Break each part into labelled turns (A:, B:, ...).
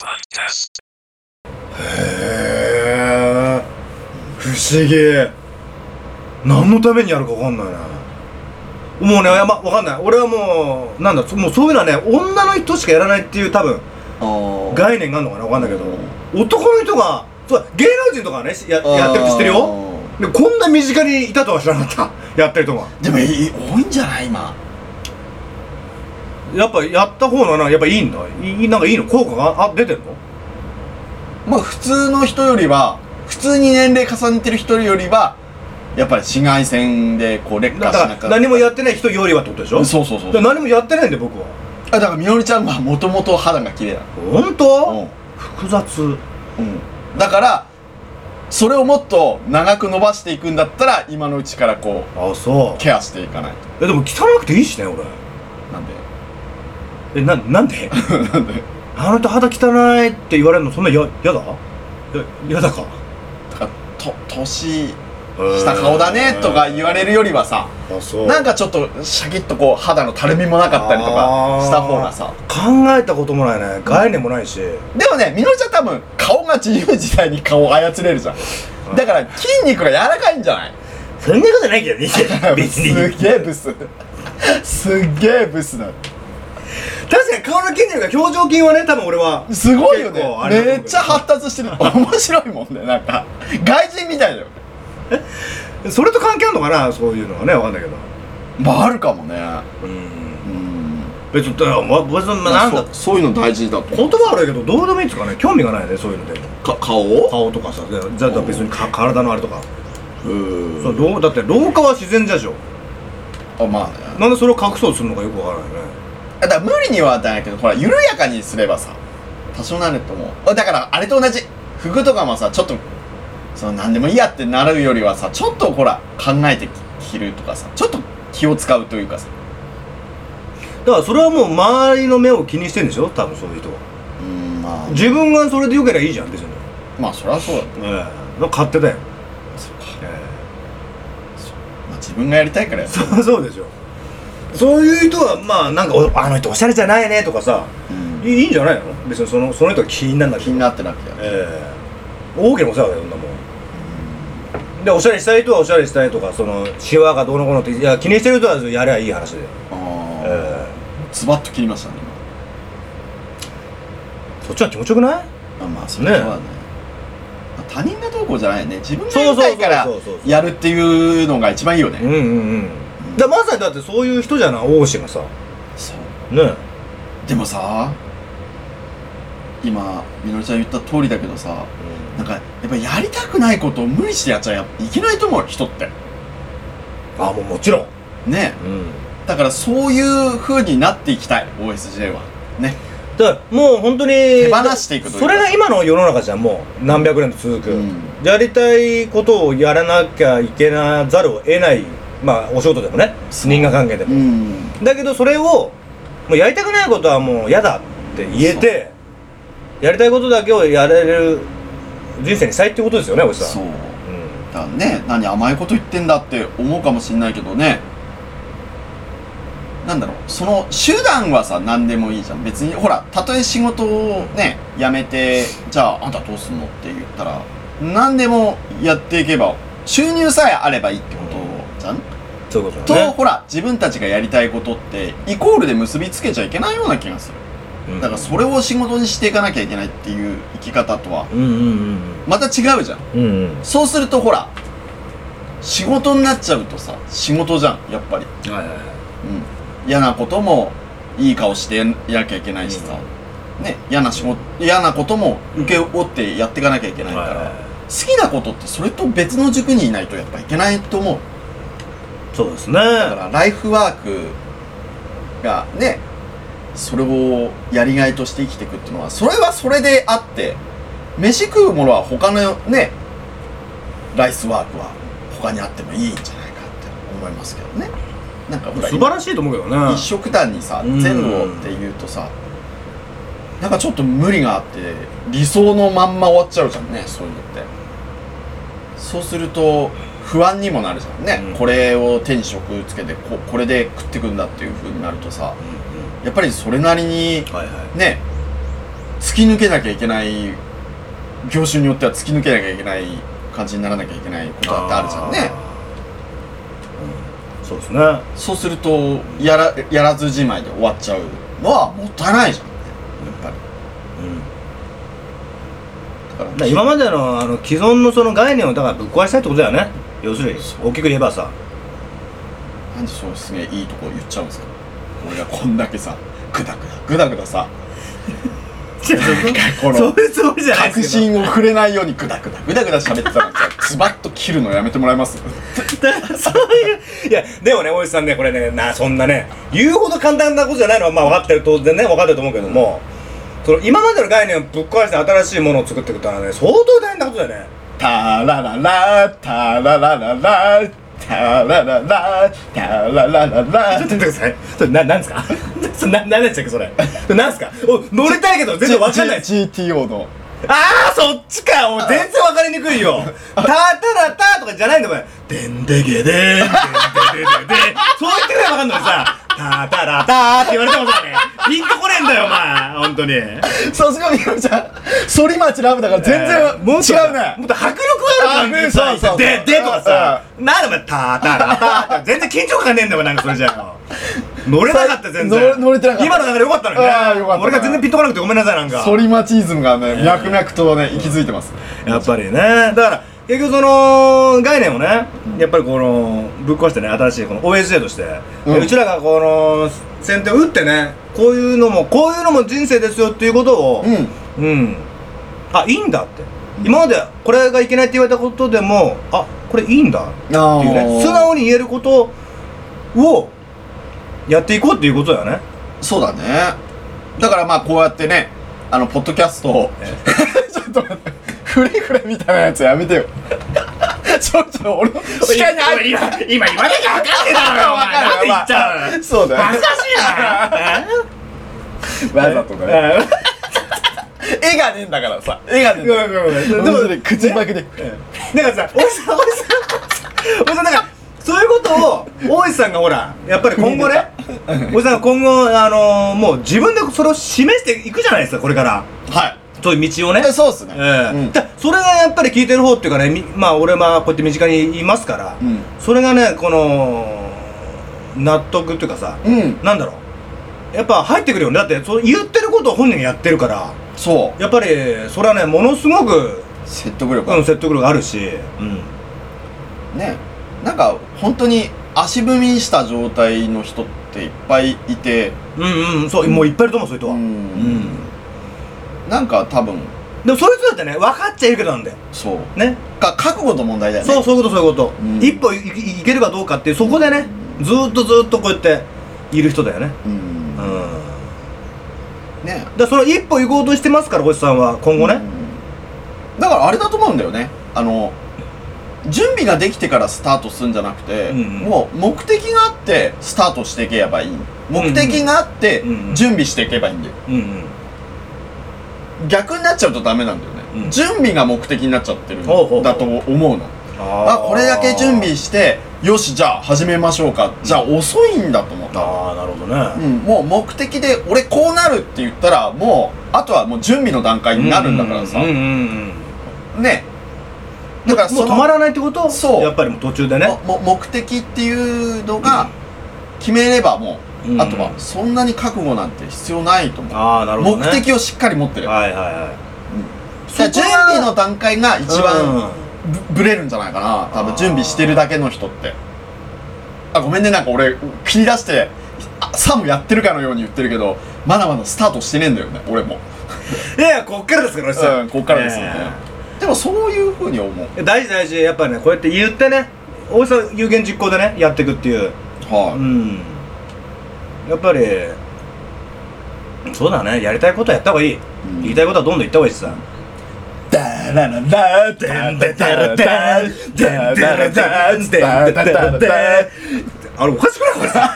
A: Podcast.
B: へえ不思議何のためにやるか分かんないねもうね、ま、分かんない俺はもうなんだそもうそういうのはね女の人しかやらないっていう多分
C: ああ
B: 概念があるのかな分かんないけど男の人がそう芸能人とかねしややってるって知ってるよでこんな身近にいたとは知らなかった やってる人が
C: でもいい多いんじゃない今
B: やっぱやった方のなやっぱいいんだいいなんかいいの効果があ出てるの
C: まあ普通の人よりは普通に年齢重ねてる人よりはやっぱり紫外線でこう劣
B: だ
C: 化し
B: か
C: な
B: ら
C: か
B: 何もやってない人よりはってことでしょ
C: そうそうそう
B: だから何もやってないんで僕は
C: あだからみのりちゃんはもともと肌が綺麗だ
B: 本当、
C: うん
B: 複雑
C: うんだからそれをもっと長く伸ばしていくんだったら今のうちからこ
B: あそう
C: ケアしていかない
B: えでも汚くていいしね俺
C: となんで
B: えななんで
C: なんで
B: あの人肌汚いって言われるのそんなややだややだか
C: だからと年した顔だねとか言われるよりはさ
B: あそう
C: なんかちょっとシャキッとこう肌のたるみもなかったりとかした方がさ
B: 考えたこともないね概念もないし、
C: でもねみのりちゃん多分顔が自由自在に顔を操れるじゃんだから筋肉が柔らかいんじゃない
B: そんなことないけ どね
C: すげえブスすっげえブスだ
B: 確かに顔の筋肉が表情筋はね多分俺は
C: すごいよね
B: 結構あれだと
C: め
B: 思うけど
C: っちゃ発達してる面白いもんねなんか外人みたいだよ
B: それと関係あるのかなそういうのはね分かんないけど
C: まああるかもね
B: うん
C: うん
B: 別にだからま別にまあなんだ
C: そうそういうの大事だと
B: 言葉悪いけどどうでもいいっつうかね興味がないねそういうので
C: か顔を
B: 顔とかさでじゃあ別にか体のあれとか
C: うん
B: そう老だって老化は自然じゃでしょ
C: あまあね
B: なんでそれを隠そうとするのかよくわからないね
C: だから無理にはだけどほら緩やかにすればさ多少なると思うだからあれと同じ服とかもさちょっとその何でもいいやってなるよりはさちょっとほら考えて着るとかさちょっと気を使うというかさ
B: だからそれはもう周りの目を気にしてんでしょ多分そういう人は
C: うんまあ
B: 自分がそれでよければいいじゃん別に
C: まあそりゃそうだ
B: ええだから勝手だよ、
C: そうか、
B: え
C: まあ、自分がやりたいからや
B: え
C: る
B: そうそうでしょそういう人はまあなんかおあの人おしゃれじゃないねとかさ
C: うん
B: いいいいんじゃないの別にそのその人が気にならなく
C: 気
B: て
C: に
B: も
C: なってなくて
B: ええ大きなお世話だよそんなもんでおしゃれしたい人はおしゃれしたいとかそのシワがどうのこうのっていや気にしてる人はやりゃいい話で、
C: ああ、
B: え
C: ズバッと切りましたね
B: えそっちは気持ちよくない
C: 今まあまあそれはね
B: ね
C: まあ他人がどうこうじゃないよね自分がやりたいから
B: そうそうそうそうそう
C: やるっていうのが一番いいよね、
B: うんうんうんだまさにだってそういう人じゃない王子がさ
C: そう
B: ね
C: でもさ今みのりちゃん言った通りだけどさなんかやっぱやりたくないことを無理してやっちゃやいけないと思う人って
B: あもうもちろん、
C: ねだからそういう風になっていきたい OSJ はね
B: だからもう本当に
C: 手放していくという
B: そ
C: か
B: れが今の世の中じゃんもう何百年と続く、
C: うん
B: やりたいことをやらなきゃいけなざるを得ないまあお仕事でもね
C: そう
B: 人間関係で
C: う
B: も、
C: ん
B: だけどそれをもうやりたくないことはもう嫌だって言えてやりたいことだけをやれる人生にしたいってことですよねおじさ
C: そ
B: ん
C: う
B: うん
C: だからね何甘いこと言ってんだって思うかもしんないけどねなんだろうその手段はさ何でもいいじゃん別にほらたとえ仕事をね辞めてじゃああんたどうすんのって言ったら何でもやっていけば収入さえあればいいってことじゃん、
B: そういうこと
C: と、
B: だね
C: ほら自分たちがやりたいことってイコールで結びつけちゃいけないような気がする
B: うん
C: だからそれを仕事にしていかなきゃいけないっていう生き方とは
B: うんうん
C: また違うじゃん
B: うんうんうん
C: そうするとほら仕事になっちゃうとさ仕事じゃんやっぱり、
B: うんはいはいはい
C: うん、嫌なこともいい顔してやんなきゃいけないしさ、ね嫌な仕事嫌なことも請け負ってやっていかなきゃいけないから、
B: はいはいはい
C: 好きなことってそれと別の塾にいないとやっぱいけないと思う
B: そうですね
C: だからライフワークがねそれをやりがいとして生きていくっていうのはそれはそれであって飯食うものは他のねライスワークは他にあってもいいんじゃないかって思いますけどねなんかほら
B: 素晴らしいと思うけどね
C: 一食単にさ
B: うん
C: 全部をっていうとさなんかちょっと無理があって理想のまんま終わっちゃうじゃんねそういうのってそうすると不安にもなるじゃんね、
B: うん
C: これを手に職つけてここれで食ってくんだっていう風になるとさ
B: うん
C: やっぱりそれなりに
B: うんはいはい
C: ね突き抜けなきゃいけない業種によっては突き抜けなきゃいけない感じにならなきゃいけないことだってあるじゃんね
B: ー、うん、そうですねうん
C: そうするとやらやらずじまいで終わっちゃうのはもったいないじゃんねやっぱりだから
B: だから今までのあの既存のその概念をだからぶっ壊したいってことだよね要するに大きく言えばさ
C: なんでそうすげえいいとこ言っちゃうんですか俺がこんだけさグダグダグダグダさなんかこ
B: そう
C: の
B: いうつもりじゃないで
C: 確
B: すけど
C: 信をくれないようにグダグダグダグダ喋ってたらさズバッと切るのやめてもらえます
B: そういういやでもね大石さんねこれねなそんなね言うほど簡単なことじゃないのはまあ分かってる当然ね分かってると思うけども、その今までの概念をぶっ壊して新しいものを作っていくってのはね相当大変なことだよね
C: タラララタララララタラララタララララ
B: ちょっと待ってくださいそれななんですか それななんでしたっけそれそれなんですかお乗りたいけど全然分かんないし
C: G- GTO の
B: ああそっちかお全然分かりにくい よ「たたらた」とかじゃないんだよこれ「でんでげでんでんででで」そう言ってくれば分かんのにさ「たたらた」って言われてもさねピンとこねえんだよお前本当に
C: さすがみかみちゃん反町ラブだから全然
B: もっと
C: 違うね
B: もっと迫力ある感じで
C: あ
B: さ
C: ねそうそうそう
B: でで」とかさ「なんだお前たたらた」って全然緊張感ねえんだよお前なんかそれじゃあ乗れなかった全然
C: 乗乗れてなかった
B: 今の流れ良かったのに
C: あー良かった
B: 俺が全然ピンとこなくてごめんなさいなんか
C: 反町イズムがね脈々とね息づいてます
B: やっぱりねだから結局その概念をねやっぱりこのぶっ壊してね新しいこの OSJ として、
C: う
B: うんちらがこの先手を打ってねこういうのもこういうのも人生ですよっていうことを
C: うん
B: うん、あいいんだって今までこれがいけないって言われたことでもあこれいいんだって
C: あ
B: いうね素直に言えることをやっていこうっていうことだよね
C: そうだねだからまあこうやってねあのポッドキャストを ちょっと待ってフレフレみたいなやつやめてよ ちょっと俺の視界に入って
B: 今今言わなきゃ分かんねえだろお前なんで言っちゃうの
C: そうだよね
B: しいな
C: わざとだね絵がねえんだからさ絵がねえんだから
B: で
C: で
B: も
C: も、口ばく
B: な
C: で
B: んかさ、おじさん、おじさん、おじさん、なんか、そういうことを、大石さんがほら、やっぱり今後ね、おじさんが今後、あのー、もう自分でそれを示していくじゃないですか、これから。
C: は
B: そういう道をね
C: い。そうっすね
B: え
C: うん
B: えだそれがやっぱり聞いてる方っていうかね、みまあ俺まあこうやって身近にいますから、
C: うん
B: それがね、この、納得っていうかさ、
C: うん
B: なんだろう。やっぱ入ってくるよね。だって、そう言ってることを本人がやってるから、
C: そう
B: やっぱり、それはね、ものすごく、
C: 説得力あ
B: う
C: る
B: ん、説得力あるし、うん。
C: ねなんか本当に足踏みした状態の人っていっぱいいて
B: うんうんそう、もういっぱいいると思うそういう人は、
C: うんなんか多分
B: でもそういう人だってね分かっちゃいるけどなんだよ
C: そう
B: ね
C: か覚悟の問題だよね
B: そうそういうことそういうこと、
C: うん
B: 一歩いいいければどうかっていうそこでねずーっとずーっとこうやっている人だよね
C: う
B: うんん
C: ね
B: でその一歩行こうとしてますから星さんは今後ね、
C: うんだからあれだと思うんだよねあの準備ができてからスタートするんじゃなくて、
B: うん
C: もう目的があってスタートしていけばいい目的があって
B: うん
C: 準備していけばいいんだよ
B: うんうん
C: 逆になっちゃうとダメなんだよね、
B: うん
C: 準備が目的になっちゃってるん
B: ほうほうほう
C: だと思うのあ
B: あー
C: これだけ準備してよしじゃあ始めましょうかじゃあ遅いんだと思った
B: ああなるほどね、
C: うん、もう目的で俺こうなるって言ったらもうあとはもう準備の段階になるんだからさ、
B: うんうんうん
C: ねだから
B: もう
C: そ
B: 止
C: の
B: まらないってこと
C: そう
B: やっぱりもう途中でね
C: もも目的っていうのが決めればもう、
B: うん
C: あとはそんなに覚悟なんて必要ないと思う、
B: ああなるほどね
C: 目的をしっかり持ってれば、
B: はいはいはい
C: だから準備の段階が一番
B: うん
C: ぶ,、れるんじゃないかな多
B: あ
C: 分
B: ー
C: 準備してるだけの人ってあごめんねなんか俺切り出してあさもやってるかのように言ってるけどまだまだスタートしてねえんだよね俺も。
B: いやいやこっからですから星さ
C: うん、こっからですよね、
B: ええ
C: でもそういうふうに思う
B: 大事大事やっぱねこうやって言ってね大さ有言実行でねやっていくっていうう
C: は
B: んやっぱりそうだねやりたいことやった方がいい、
C: ん
B: 言いたいことはどんどん言った方がいいしさ
C: ダラララダンダダラダンダダラダンダダラダン
B: あれおかしくないこれさ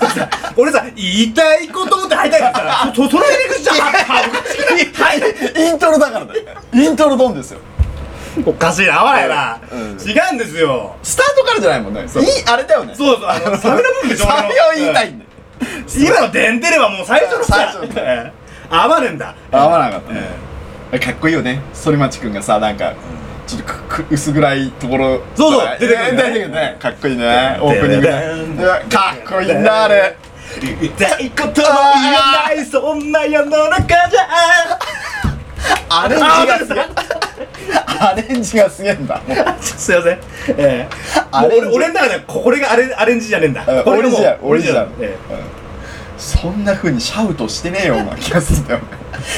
B: 俺さ言いたいことって入りたいからさそその入り口じゃん
C: はいイントロだからだよイントロドンですよ
B: おかしいな合わないな、
C: うん
B: 違うんですよ
C: スタートからじゃないもんねいいあれだよね
B: そうそうあのサビの部分でしょ
C: サビを言いたいんだよ
B: 今のデンテレはもう最初の
C: 最
B: さ
C: 初
B: 合わねえんだ
C: 合わなかったね
B: え
C: かっこいいよね反町くんがさなんかちょっとくく薄暗いところ
B: そうそう
C: 出
B: 出
C: て
B: てくる
C: くるね
B: ね
C: 出てくるねかっこいいねオープニングでかっこいいんだあれ
B: え言いたいことも言わないそんな世の中じゃ
C: アレンジがすげえアレンジがすげえんだもう
B: すいませんええ
C: アレンジ
B: もう俺俺の中ではこれがアレアレンジじゃねえんだ
C: うん
B: これがもう
C: オリジナル
B: オ
C: オリジナル
B: ええ
C: そんな風にシャウトしてねえような気がするんだよ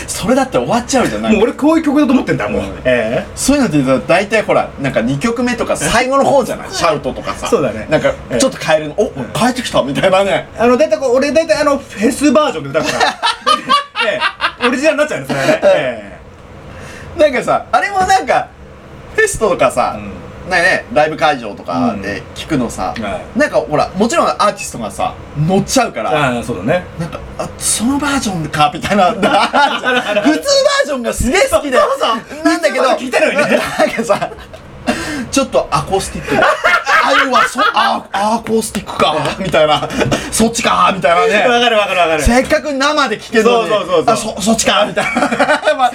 C: それだって終わっちゃうじゃんない
B: もう俺こういう曲だと思ってんだもうえ
C: そういうのってさ大体ほらなんか2曲目とか最後の方じゃないシャウトとかさ
B: そうだね
C: なんか
B: ええ
C: ちょっと変えるの、お変えてきたみたいなね
B: えあの大体こう俺大体あのフェスバージョンで歌うから ええオリジナルになっちゃうんですねえ
C: なんかさあれもなんかフェストとかさ、なんかねライブ会場とかで聞くのさ、
B: は
C: なんかほらもちろんアーティストがさ乗っちゃうか
B: え
C: ら、
B: ああそうだね
C: なんか、あ、そのバージョンか、みたいな。 普通バージョンがすげえ好きで。なんだけど、
B: 普通の聞いたのにね
C: なんかさ、ちょっとアコースティック。ああいうは、そ、あ、アコースティックか、みたいな。そっちか、みたいな
B: わ
C: ね。
B: かるわかるわかる
C: せっかく生で聞けるのに。
B: そうそうそうそう
C: あ、そ、そっちか、みたいな。 まあ、わか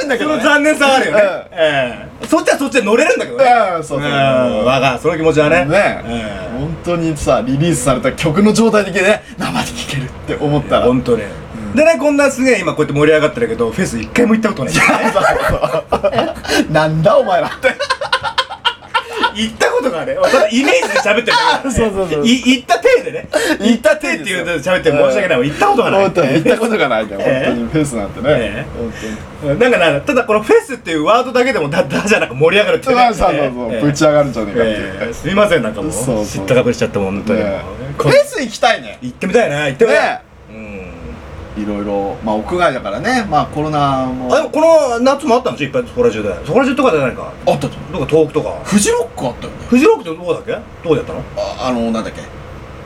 C: るんだけ
B: その
C: どね。
B: 残念さはあるよね
C: うん。
B: ええそっちはそっちで乗れるんだけどね。
C: うんそうそ
B: う
C: う
B: んわかる。その気持ちはね。
C: ね、
B: え
C: 本当にさリリースされた曲の状態だけで生で聴けるって思っ
B: え
C: たら
B: 本当に。でね、こんなすげえ今こうやって盛り上がってるけど、フェス一回も行ったことない。
C: なんだお前らって
B: 行ったことがね、ただイメージで喋ってるだけだからね
C: そうそうそう
B: い行った体でね。
C: 行った
B: 手っていう
C: と
B: と喋って申し訳ないわ。行ったことがな
C: 本当に行
B: い。
C: ったことがないんだよ、
B: ええ
C: 本当にフェスなんてね、
B: ええ
C: 本当に
B: なんかな、ただこのフェスっていうワードだけでもだ、だじゃなく盛り上がるって
C: そ
B: いうう
C: そ
B: ね。
C: うそう
B: ええ
C: ぶち上がるんじゃねえかっていう、
B: ええすいません、なんかも
C: そうそう
B: う。知ったかぶりしちゃったもん、本当に。
C: ね
B: こ
C: フェス行きたいね
B: 行ってみたいな、行ってみたい
C: ね。
B: うん。
C: いろいろまあ屋外だからねまあコロナも
B: あでもこの夏もあったんでしょいっぱいそこら中でそこら中とかじゃないか
C: あったと
B: どっか東北とか
C: フジロックあったよね
B: フジロックってどこだっけどこでやったの
C: ああのなんだっけ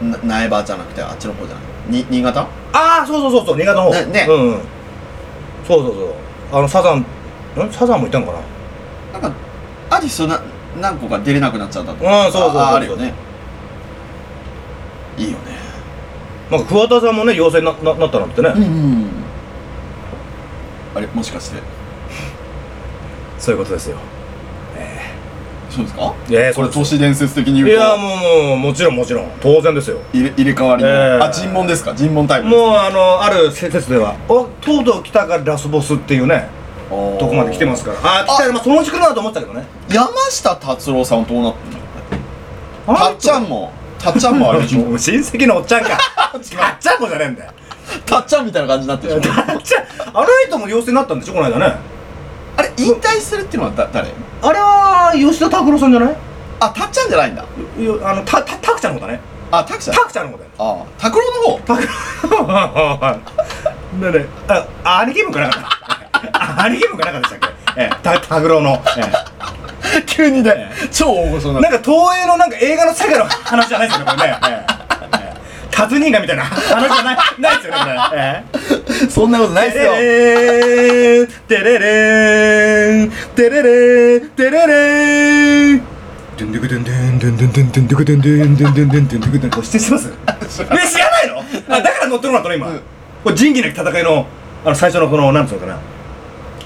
C: な苗場じゃなくてあっちの方じゃないに新潟
B: ああそうそうそうそう新潟の方
C: ねね
B: うん、うん、そうそうそうあのサザンんサザンもいたのかな
C: なんかアーティストな何個か出れなくなっちゃったとか
B: うんそうそうそうそう
C: ああるよねいいよね
B: なんか桑田さんもね陽性になななったなんてね、
C: うんあれもしかして
B: そういうことですよ
C: そうですか
B: ええ
C: これ
B: そうで
C: 都
B: す
C: 市伝説的に言う
B: い
C: と
B: やもうもうもちろんもちろん当然ですよ
C: 入れ入れ替わりの、
B: ええ
C: あ尋問ですか尋問タイプ
B: もうあのある説ではおとうとう来たからラスボスっていうね
C: う
B: とこまで来てますからああ来たらまあそのうち来るなと思ったけどね
C: 山下達郎さんはどうなってんの
B: あ
C: たっちゃんもたっちゃんもあれでし
B: も
C: ょ
B: う親戚のおっちゃんか あっちゃんこじゃねえんだよ
C: たっちゃんみたいな感じになってるでしょ
B: あっちゃん あの人も陽性になったんでしょこの間ね
C: あれ引退するっていうのはだ誰
B: あれは吉田拓郎さんじゃない
C: あたっちゃんじゃないんだ
B: よよあのたた拓ちゃんのことね
C: あたくちゃん
B: 拓ちゃんのことだよ
C: あ拓郎 の方
B: 拓はいねねあ兄貴分かなかった 兄貴分かなかったでしたっけええた拓郎の、ええ
C: 急にね超大御所にな
B: な
C: っ
B: んか東映のなんか映画の世界の話じゃないですよねこれね、ええええタズニーナみたいな話じゃないないですよねこれ、ええ
C: てそんなことないっす
B: れ
C: よ
B: れーんてれれーんてれれーんてれれーんドゥンドゥクドゥンドゥンドゥンドゥンドゥンドゥンドゥクドゥンドゥンドゥンドゥンドゥンドゥンドゥクドゥンこれ知ってますえ知らないのあだから乗ってもらったの今
C: うん
B: これ仁義なき戦いのあの最初のこのなんつうのかな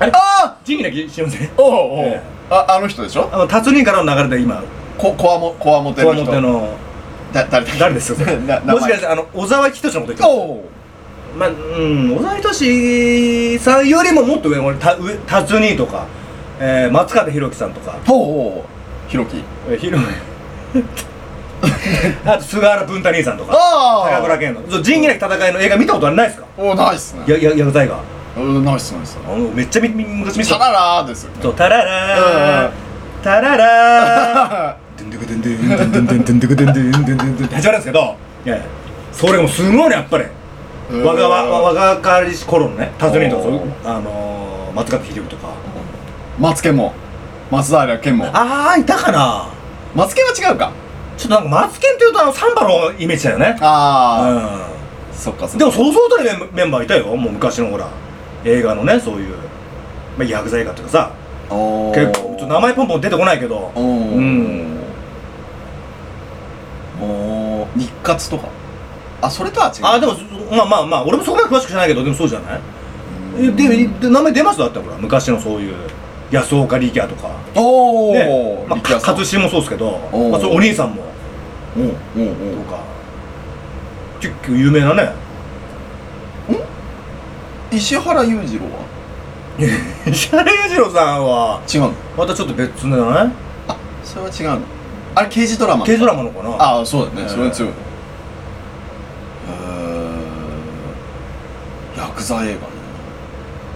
C: あ
B: 仁義なき知りません
C: ーおうおう、
B: ええ
C: ああの人でしょ
B: あの達人からの流れで今
C: ここわもこわもて
B: こ
C: の
B: わ
C: 人
B: もての
C: だ誰だっけ
B: 誰ですよそれ
C: な名前
B: もしかしてあの小沢仁志のこと言ってます
C: おう
B: まあ、うん、小沢仁志さんよりももっと上、俺、た上タツニーとか、えー、松方弘樹さんとか、
C: ほうほうひろき
B: えー、ひろあと菅原文太兄さんとか、
C: ああ
B: 高倉健の、そう仁義なき戦いの映画見たことはないですか
C: おないっすね
B: や、や、薬剤が。
C: うんないっすないっす
B: あの、めっちゃみ、み、昔見
C: シャ
B: た。
C: ララーですよね
B: と、タラ
C: うん
B: ラー、タララー、ドゥンドゥクドゥンドゥンドゥンドゥンドゥンドゥクドゥンドゥンドゥンドゥンドゥンって始まるんですけど、いやいやそれがもうすごいね、やっぱり。
C: うん
B: わがわ若かりし頃のねタズニーとか
C: おー
B: あのー、松方秀夫とか
C: 松健も松平健も
B: ああいたかな
C: 松健は違うか
B: ちょっとなんか松健っていうとあのサンバのイメージだよね
C: あ
B: う
C: あ、そっかそっか
B: んでもそうそうたるメンメンバーいたよもう昔のほら映画のねそういう、まあ、薬剤映画とかさ
C: お
B: 結構ちょっと名前ポンポン出てこないけど
C: おー
B: うん
C: おー日活とかあそれとは違う
B: ああでもまあまあまあ俺もそこまで詳しく知らないけどでもそうじゃない
C: うん
B: でで名前出ますだってほら昔のそういう安岡力也とか
C: おお、
B: ねまあ、
C: 力也さん
B: 勝志もそうですけど
C: おー
B: まあ、そのお兄さんも
C: うんうん
B: と
C: うん
B: か結構有名な ね
C: 石原裕次郎は
B: 石原裕次郎さんは
C: 違うの
B: またちょっと別のじゃない
C: あそれは違うのあれ刑事ドラマ
B: 軽トラマのかな
C: ああそうだ
B: う
C: ね、
B: ん
C: それは強いへえヤクザ映画ね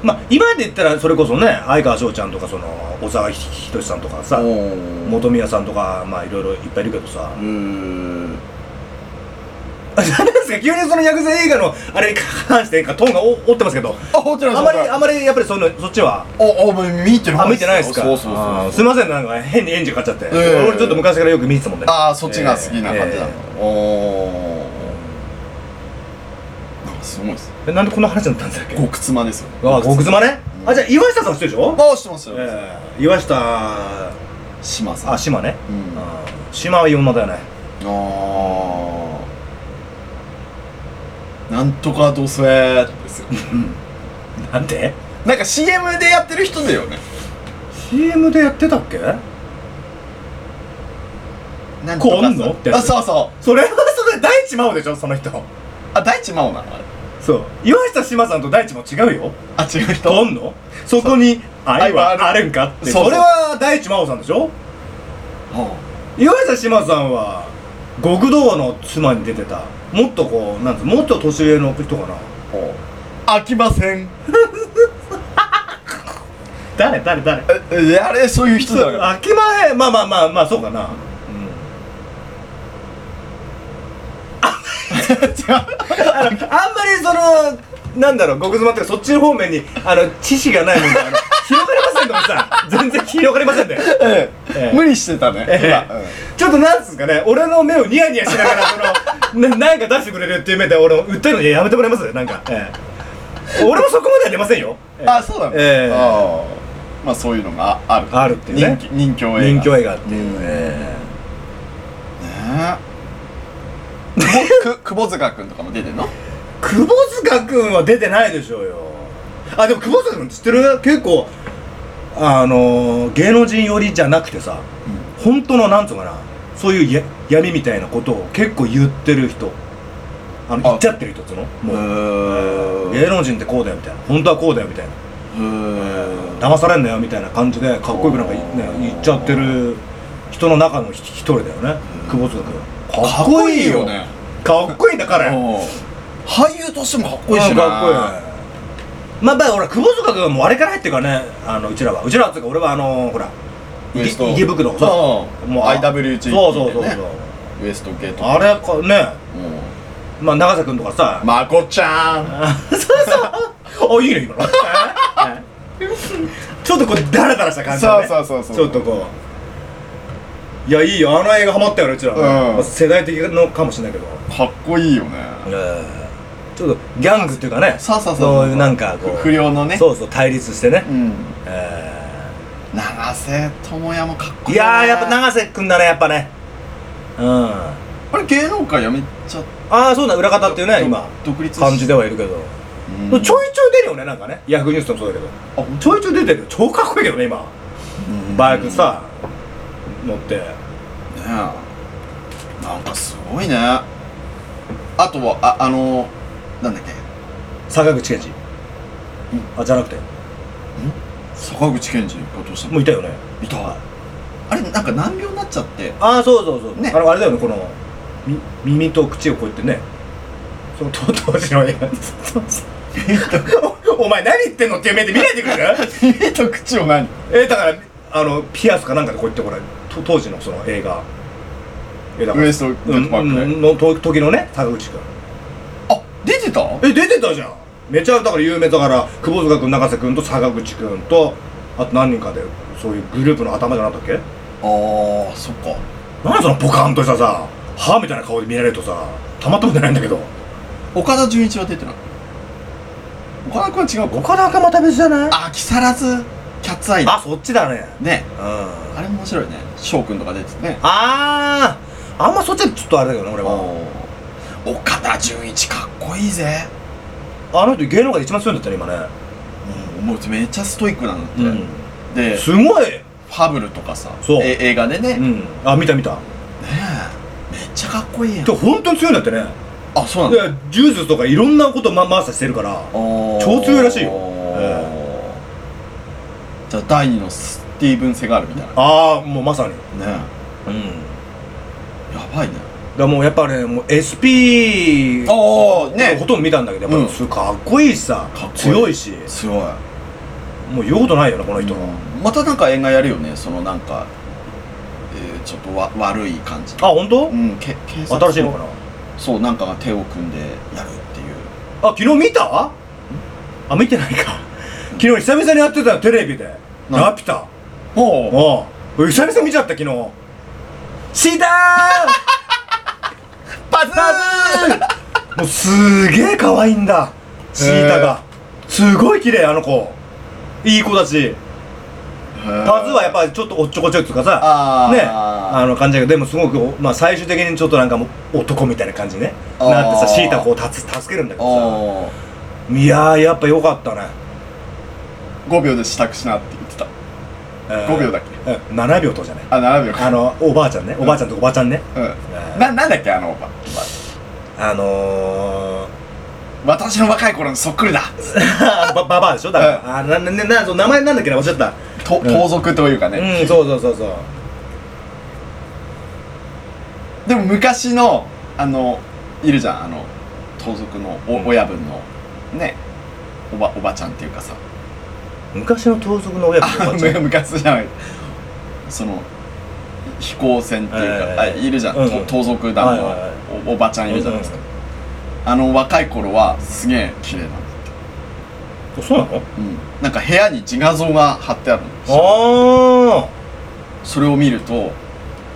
B: まあ今で言ったらそれこそね相川翔ちゃんとかその小沢仁志さんとかさ
C: お
B: 本宮さんとかまあいろいろいっぱいいるけどさ
C: うーん
B: 何ですか急にその薬剤映画のあれに関してかトーンがお折ってますけど
C: あホテル
B: あまりあまりやっぱりそのそっちは
C: おお前見てない
B: あ見てないですか
C: そうそうそう
B: あーすいませんなんか変にエンジンかかっちゃって、
C: ええ
B: 俺ちょっと昔からよく見てたもんね
C: ああそっちが好きな感じなの、
B: え
C: おーなんかすごいです
B: ええなんでこんな話になったんだっけ
C: 極妻ですよ
B: ああ極妻ね、
C: うん
B: あじゃあ岩下さんしてるでしょ、
C: ああしてますよ、
B: ええ岩下
C: 島さん
B: あ島ね、
C: うんあ
B: あー島は女だよね
C: ーなんとかどうせーですよ
B: なんで
C: なんか CM でやってる人だよね
B: CM でやってたっけ
C: なん
B: こうあんのってやつ
C: あそうそう
B: それはそれ大地真央でしょその人
C: あ大地真央なのあれ
B: そう岩下志麻さんと大地も違うよ
C: あ違う人
B: とんのそこに愛はあるんかって
C: そう
B: それは大地真央さんでしょ
C: あ
B: 岩下志麻さんは極道の妻に出てたもっとこうなんつうもっと年上の人かな
C: あ飽きません
B: 誰誰誰
C: ええあれそういう人だよね
B: あきまへんまあまあまあまあそうかな あのあんまりそのなんだろう極妻っていうかそっちの方面にあの知識がないもんであの広がりませんとかさ全然広がりませんで
C: え
B: え
C: え
B: え
C: 無理してたね
B: ええ
C: 今うん
B: ちょっとなんつうんですかね俺の目をニヤニヤしながらそのななんか出してくれるっていう目で俺を訴えるのやめてもらえますなんか、ええ俺もそこまでは出ませんよ、ええ
C: あそうなの、
B: ええ
C: あーまあそういうのがある
B: あるっていうね
C: 人気人気映画
B: 人気
C: ね
B: 映画っていうね、
C: えく久保塚君とかも出てんの
B: 久保塚君は出てないでしょうよあでも久保塚君知ってる結構あのー、芸能人寄りじゃなくてさ、本当のなんつうのかなそういうや闇みたいなことを結構言ってる人あの
C: あ
B: 言っちゃってる人っつうのもう、
C: う
B: 芸能人ってこうだよみたいな本当はこうだよみたいな
C: ーん
B: 騙されんなよみたいな感じでかっこよくなんかいね
C: おー
B: 言っちゃってる人の中の一一人だよね久保塚君
C: かっこいいよね
B: かっこいいんだ彼
C: うん俳優としてもかっこいいし
B: う
C: なん
B: かっこいいまあまあほら久保塚君はもうあれから入ってるからねあのうちらはうちらはっていうか俺はあのほら
C: ウエスト
B: 池池袋そう
C: もう
B: あ
C: IWG って
B: そうそうそう
C: ね
B: そう
C: ウエストゲート
B: あれかね
C: うん
B: まあ永瀬君とかさ
C: まこ ちゃ
B: そうそうあいいね今のちょっとこうダラダラした感じだね
C: そうそうそうそう
B: ちょっとこういやいいよあの映画ハマったよねうちら、
C: うん
B: まあ世代的のかもしれないけど、
C: んかっこいいよね
B: ちょっとギャングっていうかね
C: そうそうそう
B: いうなんかこう
C: 不良のね
B: そうそう対立してね、
C: うん
B: え
C: 長瀬智也もかっこ
B: ー
C: い
B: い
C: いよね
B: やーやっぱ永瀬君だねやっぱねうんあ
C: あれ芸能界やめちゃっ
B: あそうだ裏方
C: た
B: っていうね今
C: 独立し
B: 感じではいるけど、
C: う
B: ちょ
C: ん
B: いちょい出るよねなんかねヤフーニュースでもそうだけど
C: あ本
B: ちょいちょい出てるよ超かっこいいけどね今
C: 当
B: バイクさ乗って
C: ねえなんかすごいねあとはああのなんだっけ
B: 坂口健二あじゃなくて
C: 坂口健二がどうした
B: もういたよね
C: いたあれなんか難病になっちゃって
B: ああそうそうそう、
C: ね
B: あのあれだよねこのみ耳と口をこうやってねそのと当時の映画そうそうおお前何言ってんのっていう目で見ないでくれ る
C: 耳と口を何
B: えー、だからあのピアスかなんかでこうやってこれと当時のその映画えーだから
C: ウエストゲートパークね
B: うんうんのと時のね坂口君
C: あ出てた
B: え出てたじゃんめちゃだから有名だから窪塚君永瀬君と坂口君とあと何人かでそういうグループの頭じゃなかったっけ
C: ああそっか
B: なんでそのポカンとしたさ歯みたいな顔で見られるとさたまったもんじゃないんだけど
C: 岡田准一は出てない岡田君は違うか
B: 岡田赤また別じゃないあ
C: あ木更津キャッツアイだ
B: そっちだね
C: ね
B: うんあ
C: あれ面白いね翔くんとか出ててね
B: あーあんまそっちはちょっとあれだけどね俺は
C: おー岡田准一かっこいいぜ
B: あの人芸能界で一番強いんだったね今ね
C: うんもうめっちゃストイックなんだって、でフ
B: すごい
C: ァブルとかさ
B: そう
C: え映画でね、
B: う
C: ね
B: んあ見た見た
C: えめっちゃかっこいいやん
B: で本当に強いんだってね
C: あそうなんだ
B: でジュースとかいろんなことまマーサーしてるから超
C: 超
B: 強いらしいよ
C: じゃあ第二のスティーブン・セガールみたいなね
B: ああもうまさに
C: え
B: うん
C: やばいね
B: だからもうやっぱねもう SP
C: ああ
B: ほとんど見たんだけどやっぱすごいかっこいいしさ、
C: かっこいい
B: 強いし
C: すごい
B: もう言うことないよなこの人、
C: またなんか映画やるよねそのなんか、えーちょっとわ悪い感じ
B: あ本当、
C: うんけ警察
B: 新しいのかな
C: そうなんかが手を組んでやるっていう
B: あ昨日見たあ見てないか昨日久々にやってたよテレビで「
C: 何
B: ラピュタ」
C: おう
B: ああ俺久々見ちゃった昨日「シダ
C: パズー ン
B: ー!」もうすげえ可愛いんだシータがすごい綺麗あの子いい子だしパズはやっぱりちょっとおっちょこちょいっつうかさ
C: あー
B: ねあの感じだけどでもすごく、まあ、最終的にちょっとなんかもう男みたいな感じね
C: あー
B: なってさシータこうたつ助けるんだけど
C: おー
B: さいやーやっぱ良かったね、
C: 5秒で支度しなって言ってた
B: えー
C: 5秒だっ
B: うん7秒とじゃない
C: あ7秒か
B: あのおばあちゃんねおばあちゃんとおばあちゃんね、
C: うんななんだっけあのおば
B: あのー、
C: 私の若い頃にそっくりだ
B: あ ばばばあでしょだから、あななななそう名前なんだっけな忘れちゃった
C: と
B: ん
C: 盗賊というかね、
B: うんそうそうそうそう
C: でも昔のあのいるじゃんあの盗賊のお、
B: うん
C: 親分のねおばおばちゃんっていうかさ
B: 昔の盗賊の親子のおば
C: あ
B: あちゃん
C: む 昔じゃないその飛行船っていうか、
B: えー
C: あいるじゃん、
B: うん
C: と盗賊団の、
B: はいはいはい
C: おおばちゃんいるじゃないですか、あの若い頃はすげえ綺麗なんだって、
B: うんそうなの
C: うん、なんか部屋に自画像が貼ってあるんですよ
B: あ
C: それを見ると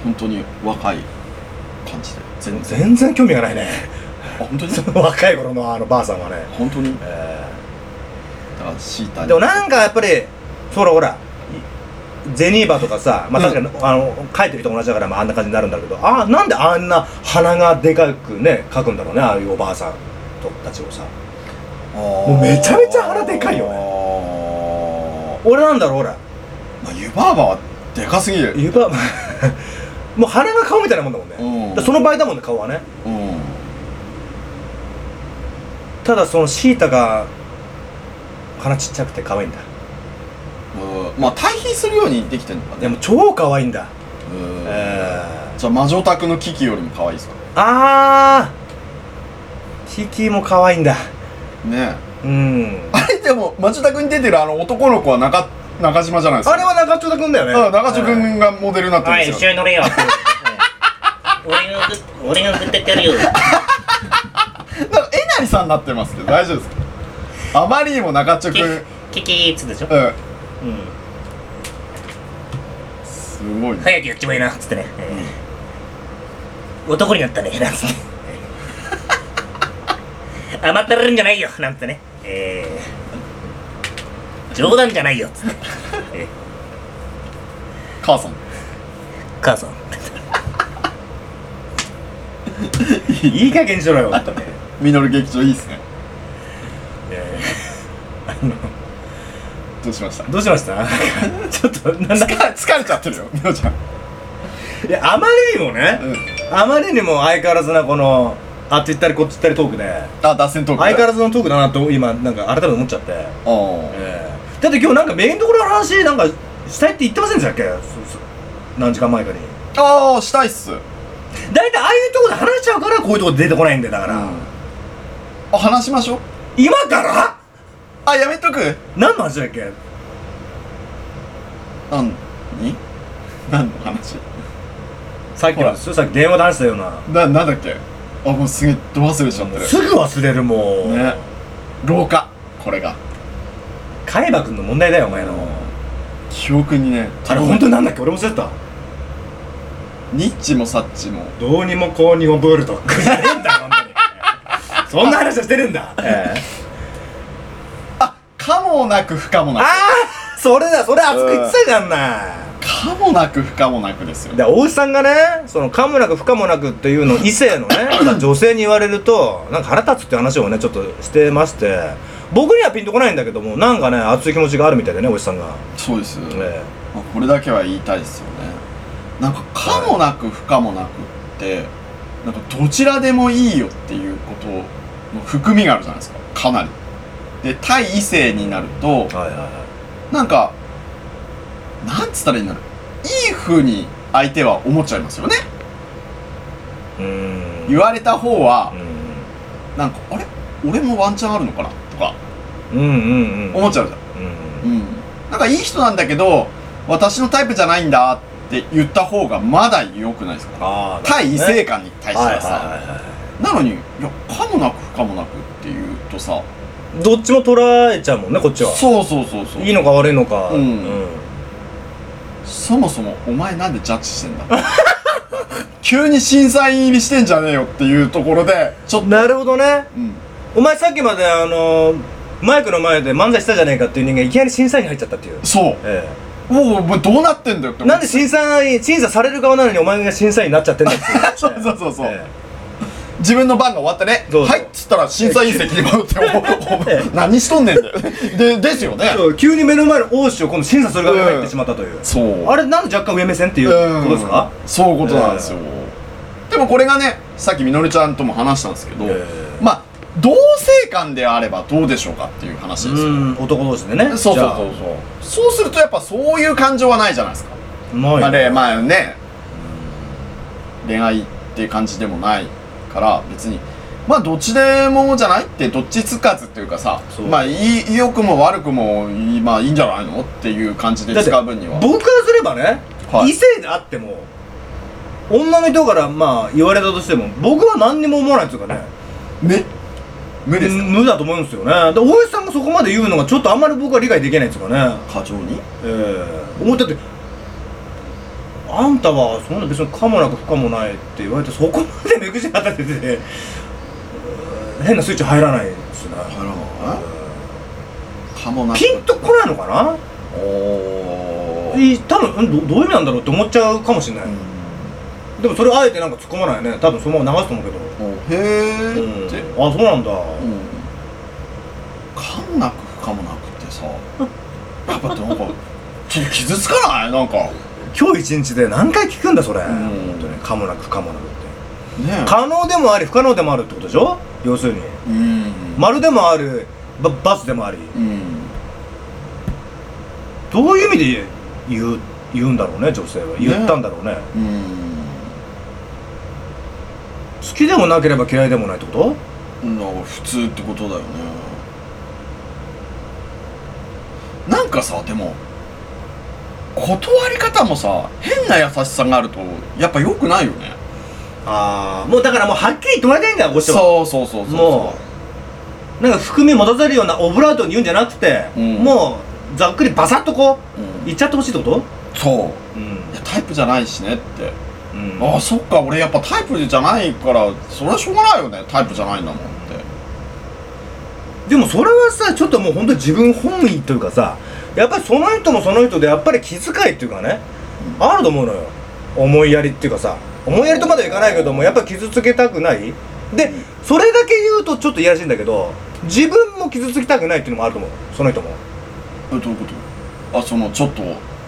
C: 本当に若い感じで全
B: あ
C: 然
B: 全然興味がないね
C: あ本当に
B: その若い頃のあのばあさんはね
C: 本当に
B: え
C: だからシータ
B: ー
C: に
B: でもなんかやっぱりそらほらゼニーバとかさ、まあ、確かに、あの描いてる人同じだから、まあ、あんな感じになるんだけどあーなんであんな鼻がでかくね描くんだろうねああいうおばあさんとたちをさ
C: も
B: うめちゃめちゃ腹でかいよね
C: ね
B: 俺なんだろうほら
C: まあ湯婆婆はでかすぎる
B: 湯婆婆 もう鼻が顔みたいなもんだもんね、
C: うん
B: だからその場合だもんね顔はね
C: うん
B: ただそのシータが鼻ちっちゃくて可愛いんだ
C: うんまあ対比するようにできてるのか
B: で
C: ね
B: も超可愛いんだ、
C: うん
B: えー、
C: じゃあ魔女宅のキキよりも可愛いですか
B: あーキキも可愛いんだ
C: ね
B: うん
C: あれでも魔女宅に出てるあの男の子は中中島じゃないですか
B: あれは中長田君だよね
C: うん中島くんがモデルになってるんですよ
D: に乗れよ。俺が送っ俺が送ってってやるよ。
C: だからえなりさんになってますけど大丈夫です かあまりにも中島くんうん
D: キキーっつうでしょ。うん。
C: すごいね
D: 早くやっちまいなっつってね。男になったねなんつって。甘ったれるんじゃないよなんてね。えー冗談じゃないよっつって。
C: 母さん
D: 母さん。
B: うんいい加減にしろよ本当に
C: ミノル劇場いいですね
B: え
C: どうしました
B: ーどうしました ちょっとなんだ
C: 疲れ疲れちゃってるよみのちゃん
B: いやあまりにもね、
C: うん
B: あまりにも相変わらずなこのあっち行ったりこっち行ったりトークで
C: あ脱線トーク
B: 相変わ
C: ら
B: らずのトークだなと今なんか改めて思っちゃって、
C: あ
B: ええだって今日なんかメインどころの話なんかしたいって言ってませんでしたっけそそ何時間前かに
C: ああーしたいっすうん
B: 大体ああいうとこで話しちゃうからこういうとこ出てこないんだよだから、
C: あ話しましょう
B: 今から
C: あやめとく
B: 何の話だっけ
C: なんに何の話
B: さっきの
C: ほら
B: さっき電話で話したような
C: ななんだっけあもうすげえど忘れちゃってる
B: すぐ忘れるもん
C: ね老化これが
B: 海馬くんの問題だよお前の
C: 記憶にね
B: あれ本当になんだっけ俺も忘れてた
C: ニッチもサッチも
B: どうにもこうにもブールドッグじゃねえんだよ本当に そんな話はしてるんだええ
C: かもなく不可もなく
B: ああそれだそれ熱く言ってたじゃんな
C: かもなく不可もなくですよ
B: で大内さんがねその可もなく不可もなくっていうのを異性のね 女性に言われるとなんか腹立つって話をねちょっとしてまして僕にはピンとこないんだけどもなんかね熱い気持ちがあるみたいでねおじさんが、
C: そうですよね
B: え
C: まあこれだけは言いたいですよねなんか可もなく不可もなくってなんかどちらでもいいよっていうことの含みがあるじゃないですかかなりで対異性になると
B: えはいはいはい
C: なんかなんつったらいいんだろういい風に相手は思っちゃいますよね
B: うーん
C: 言われた方は
B: う
C: なんかあれ俺もワンチャンあるのかなとか
B: んうんうんうん
C: 思っちゃうじゃ
B: う
C: ん
B: ん
C: うんなんかいい人なんだけど私のタイプじゃないんだって言った方がまだ良くないですか
B: あー
C: 対異
B: なる
C: 性感に対して
B: ほどね
C: はさ、
B: はいはいはいは
C: なのにいやかもなく不可もなくっていうとさ
B: いどっちも捉えちゃうもんねこっちは
C: そうそうそうそう
B: いいのか悪いのか
C: うんそもそもお前なんでジャッジしてんだ 急に審査員入りしてんじゃねえよっていうところでちょっと、
B: なるほどね
C: うん、
B: お前さっきまであのマイクの前で漫才したじゃねえかっていう人間いきなり審査員入っちゃったっていう
C: そう
B: え
C: もうお前どうなってんだよっ
B: え
C: て思
B: な
C: っ
B: ん
C: て
B: で審査員審査される側なのにお前が審査員になっちゃってんだっていう
C: そうそうそうそう、
B: え
C: 自分の番が終わってね
B: そうそう
C: はいっつったら審査員席に戻っておお前何しとんねんだよでですよね
B: えそう急に目の前の王子を今度審査する側に入ってしまったという、
C: そう
B: あれなんで若干上目線っていうことですか、
C: うんそういうことなんですよ、でもこれがねさっきみのりちゃんとも話したんですけど、
B: ええ
C: まあ同性感であればどうでしょうかっていう話ですよ、
B: うん男同士でね
C: そうそう
B: じゃあ
C: そうそうそうするとやっぱそういう感情はないじゃないですか、
B: ない
C: あれまあね恋愛っていう感じでもないから別にまあどっちでもじゃないってどっちつかずっていうかさ
B: そう
C: まあいい良くも悪くもいいまあいいんじゃないのっていう感じで
B: だって
C: 使う分には
B: 僕からすればね、
C: はい
B: 異性であっても女の人からまあ言われたとしても僕は何にも思わないっていうかね
C: ね無ですか
B: 無だと思うんですよねで大石さんがそこまで言うのがちょっとあんまり僕は理解できないんですよね
C: 過剰に
B: ええ思ったってあんたはそんな別に可もなく不可もないって言われてそこまで目くじら立てててうん変なスイッチ入らないですね
C: あらかもなく
B: ピンとこないのかな
C: おおー
B: い多分うんどどういう意味なんだろうって思っちゃうかもしれない、でもそれあえてなんか突っ込まないね多分そのまま流すと思うけど
C: おへーって、
B: うん、あそうなんだ、
C: うん、かんなく不可もなくってさやっぱなんかちょっと傷つかないなんかね
B: 今日一日で何回聞くんだそれ、本当に可もなく不可もなくって可能でもあり不可能でもあるってことでしょ要するに
C: うん
B: 丸でもあるばバツでもあり
C: うん
B: どういう意味で言う言うんだろうね女性は言ったんだろうね
C: うん
B: 好きでもなければ嫌いでもないってこと
C: なんか普通ってことだよねなんかさでも断り方もさ変な優しさがあるとやっぱ良くないよね
B: ああもうだからもうはっきり言ってもらいたいんだよこっちは
C: そうそうそうそう
B: もうなんか含み持たせるようなオブラートに言うんじゃなくて、
C: うん
B: もうざっくりバサッとこ
C: う、
B: うん言っちゃってほしいってこと
C: そう
B: うん
C: いやタイプじゃないしねって
B: うん
C: ああそっか俺やっぱタイプじゃないからそれはしょうがないよねタイプじゃないんだもんって
B: でもそれはさちょっともう本当に自分本位というかさやっぱりその人もその人でやっぱり気遣いっていうかねあると思うのよ思いやりっていうかさ思いやりとまではいかないけどもやっぱ傷つけたくないでそれだけ言うとちょっといやらしいんだけど自分も傷つきたくないっていうのもあると思うその人も
C: えどういうことあそのちょっと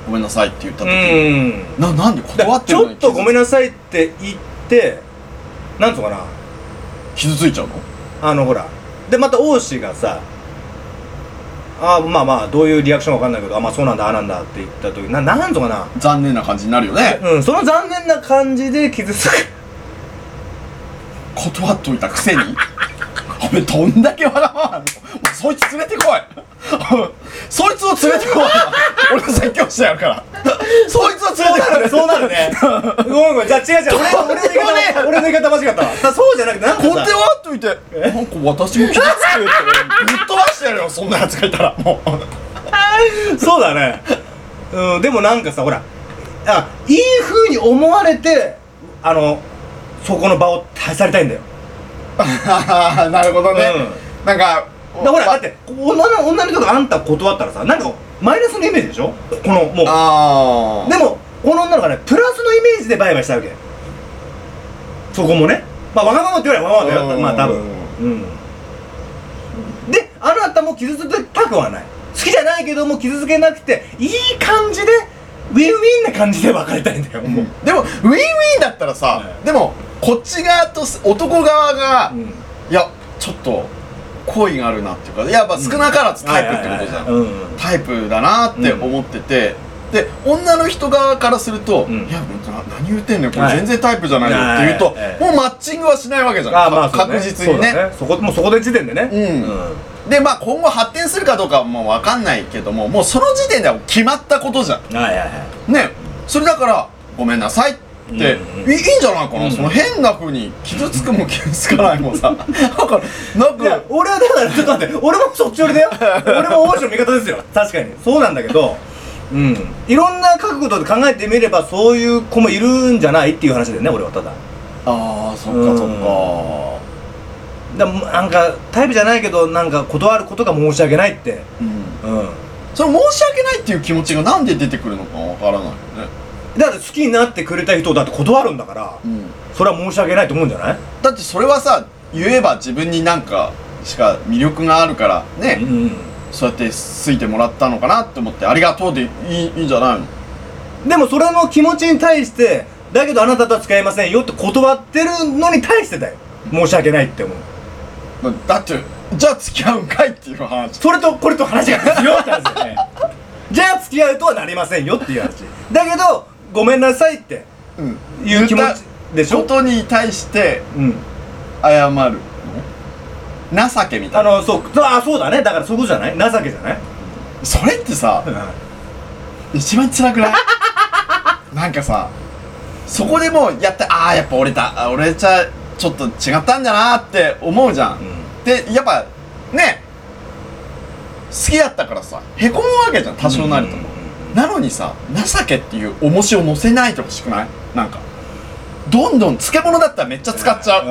C: ごめんなさいって言った
B: う
C: 時、
B: ん
C: ななんで
B: だか
C: 断
B: ら
C: って
B: ち
C: る
B: ょ
C: の
B: っ
C: に
B: とごめん
C: ん
B: なさいって言ってなんつうのかな
C: 傷ついちゃうの
B: あのほらでまた王子がさあまあまあどういうリアクションかわかんないけどあまあそうなんだああなんだって言った時ななんとかな
C: 残念な感じになるよね
B: うんその残念な感じで傷つく
C: 断っといたく せにおめえどんだけわがままなのお前そいつ連れてこい そいつを連れてこい俺が説教してやるからそいつを連れてくる
B: そうなるね。ごめんごめん。じゃあ違う違う。俺の、俺の言い方、俺の言い方間違ったわ。そうじゃなくて、なんか
C: こうやって
B: さ、
C: わっと見てなんか私も傷つくよってぶっ飛ばしてやるよそんなやつがいたらもう
B: そうだね。うん、でもなんかさ、ほら、あ、いい風に思われて、あの、そこの場を足されたいんだよ。
C: あ あなるほどね、なんか
B: だからほら、だって、女の、女の人があんた断ったらさ、なんか、マイナスのイメージでしょこの、もう。
C: ああ
B: でも、この女の子はね、プラスのイメージでバイバイしたわけ。そこもね。まあ、わがままって言わればわがままだよ。まあ、多分。うん。で、あなたも傷つけたくはない。好きじゃないけども傷つけなくて、いい感じで、ウィンウィンな感じで別れたいんだよ、もう。
C: でもウィンウィンだったらさ、
B: う
C: でもこっち側とす男側が、
B: うん
C: いやちょっと好意があるなっていうかやっぱ少なからずタイプってことじゃん、
B: うんうん。
C: タイプだなって思ってて、で女の人側からすると「
B: うん
C: いやな何言ってんのよこれ
B: はい
C: 全然タイプじゃないよ」って言うと、
B: はいはいはい
C: もうマッチングはしないわけじゃん、
B: ああ、まあ、そう
C: 確
B: ね
C: 実にね
B: そうだそこ、もうそこで時点でね。
C: うんでまあ今後発展するかどうかはもう分かんないけどももうその時点では決まったことじゃん
B: うん。はいはいはい。
C: ねそれだから「ごめんなさい」って、
B: うん
C: いいいんじゃないかな、
B: うん
C: その変な風に傷つくも傷つかない もさだからなん
B: いや
C: か、
B: 俺はだから、ちょっと待って、俺もそっち寄りだよ。俺も王子の味方ですよ。確かに。そうなんだけど、うん。いろんな角度で考えてみれば、そういう子もいるんじゃないっていう話だよね、俺はただ。
C: ああそっかそっか
B: だなんか、タイプじゃないけど、なんか断ることが申し訳ないって。
C: うん
B: うん。
C: それ申し訳ないっていう気持ちがなんで出てくるのかわからないよね
B: だって好きになってくれた人をだって断るんだから、それは申し訳ないと思うんじゃない
C: だってそれはさ言えば自分になんかしか魅力があるからね、
B: ん。
C: そうやって好いてもらったのかなって思ってありがとうでいいいいんじゃないの
B: でもそれの気持ちに対して、だけどあなたとは使えませんよって断ってるのに対してだよ。申し訳ないって思う。
C: だだってじゃあ付き合うんかいっていう話
B: それとこれと話が違うって話だよねじゃあ付き合うとはなりませんよっていう話だけどごめんなさいって
C: うん
B: いう気持
C: 言っ
B: ち
C: た
B: でしょ
C: ことに対して
B: うん
C: 謝るの情けみた
B: あ
C: いな
B: のそうそうあそうだねだからそういうことじゃない情けじゃない
C: それってさ一番辛くない なんかさそこでもうやってああやっぱ俺だあ俺じゃちょっと違ったんだなって思うじゃん、
B: うん
C: でやっぱね好きだったからさへこむわけじゃん多少なりとも、なのにさ情けっていう重しを乗せないでほしくないなんかどんどん漬物だったらめっちゃ使っちゃう、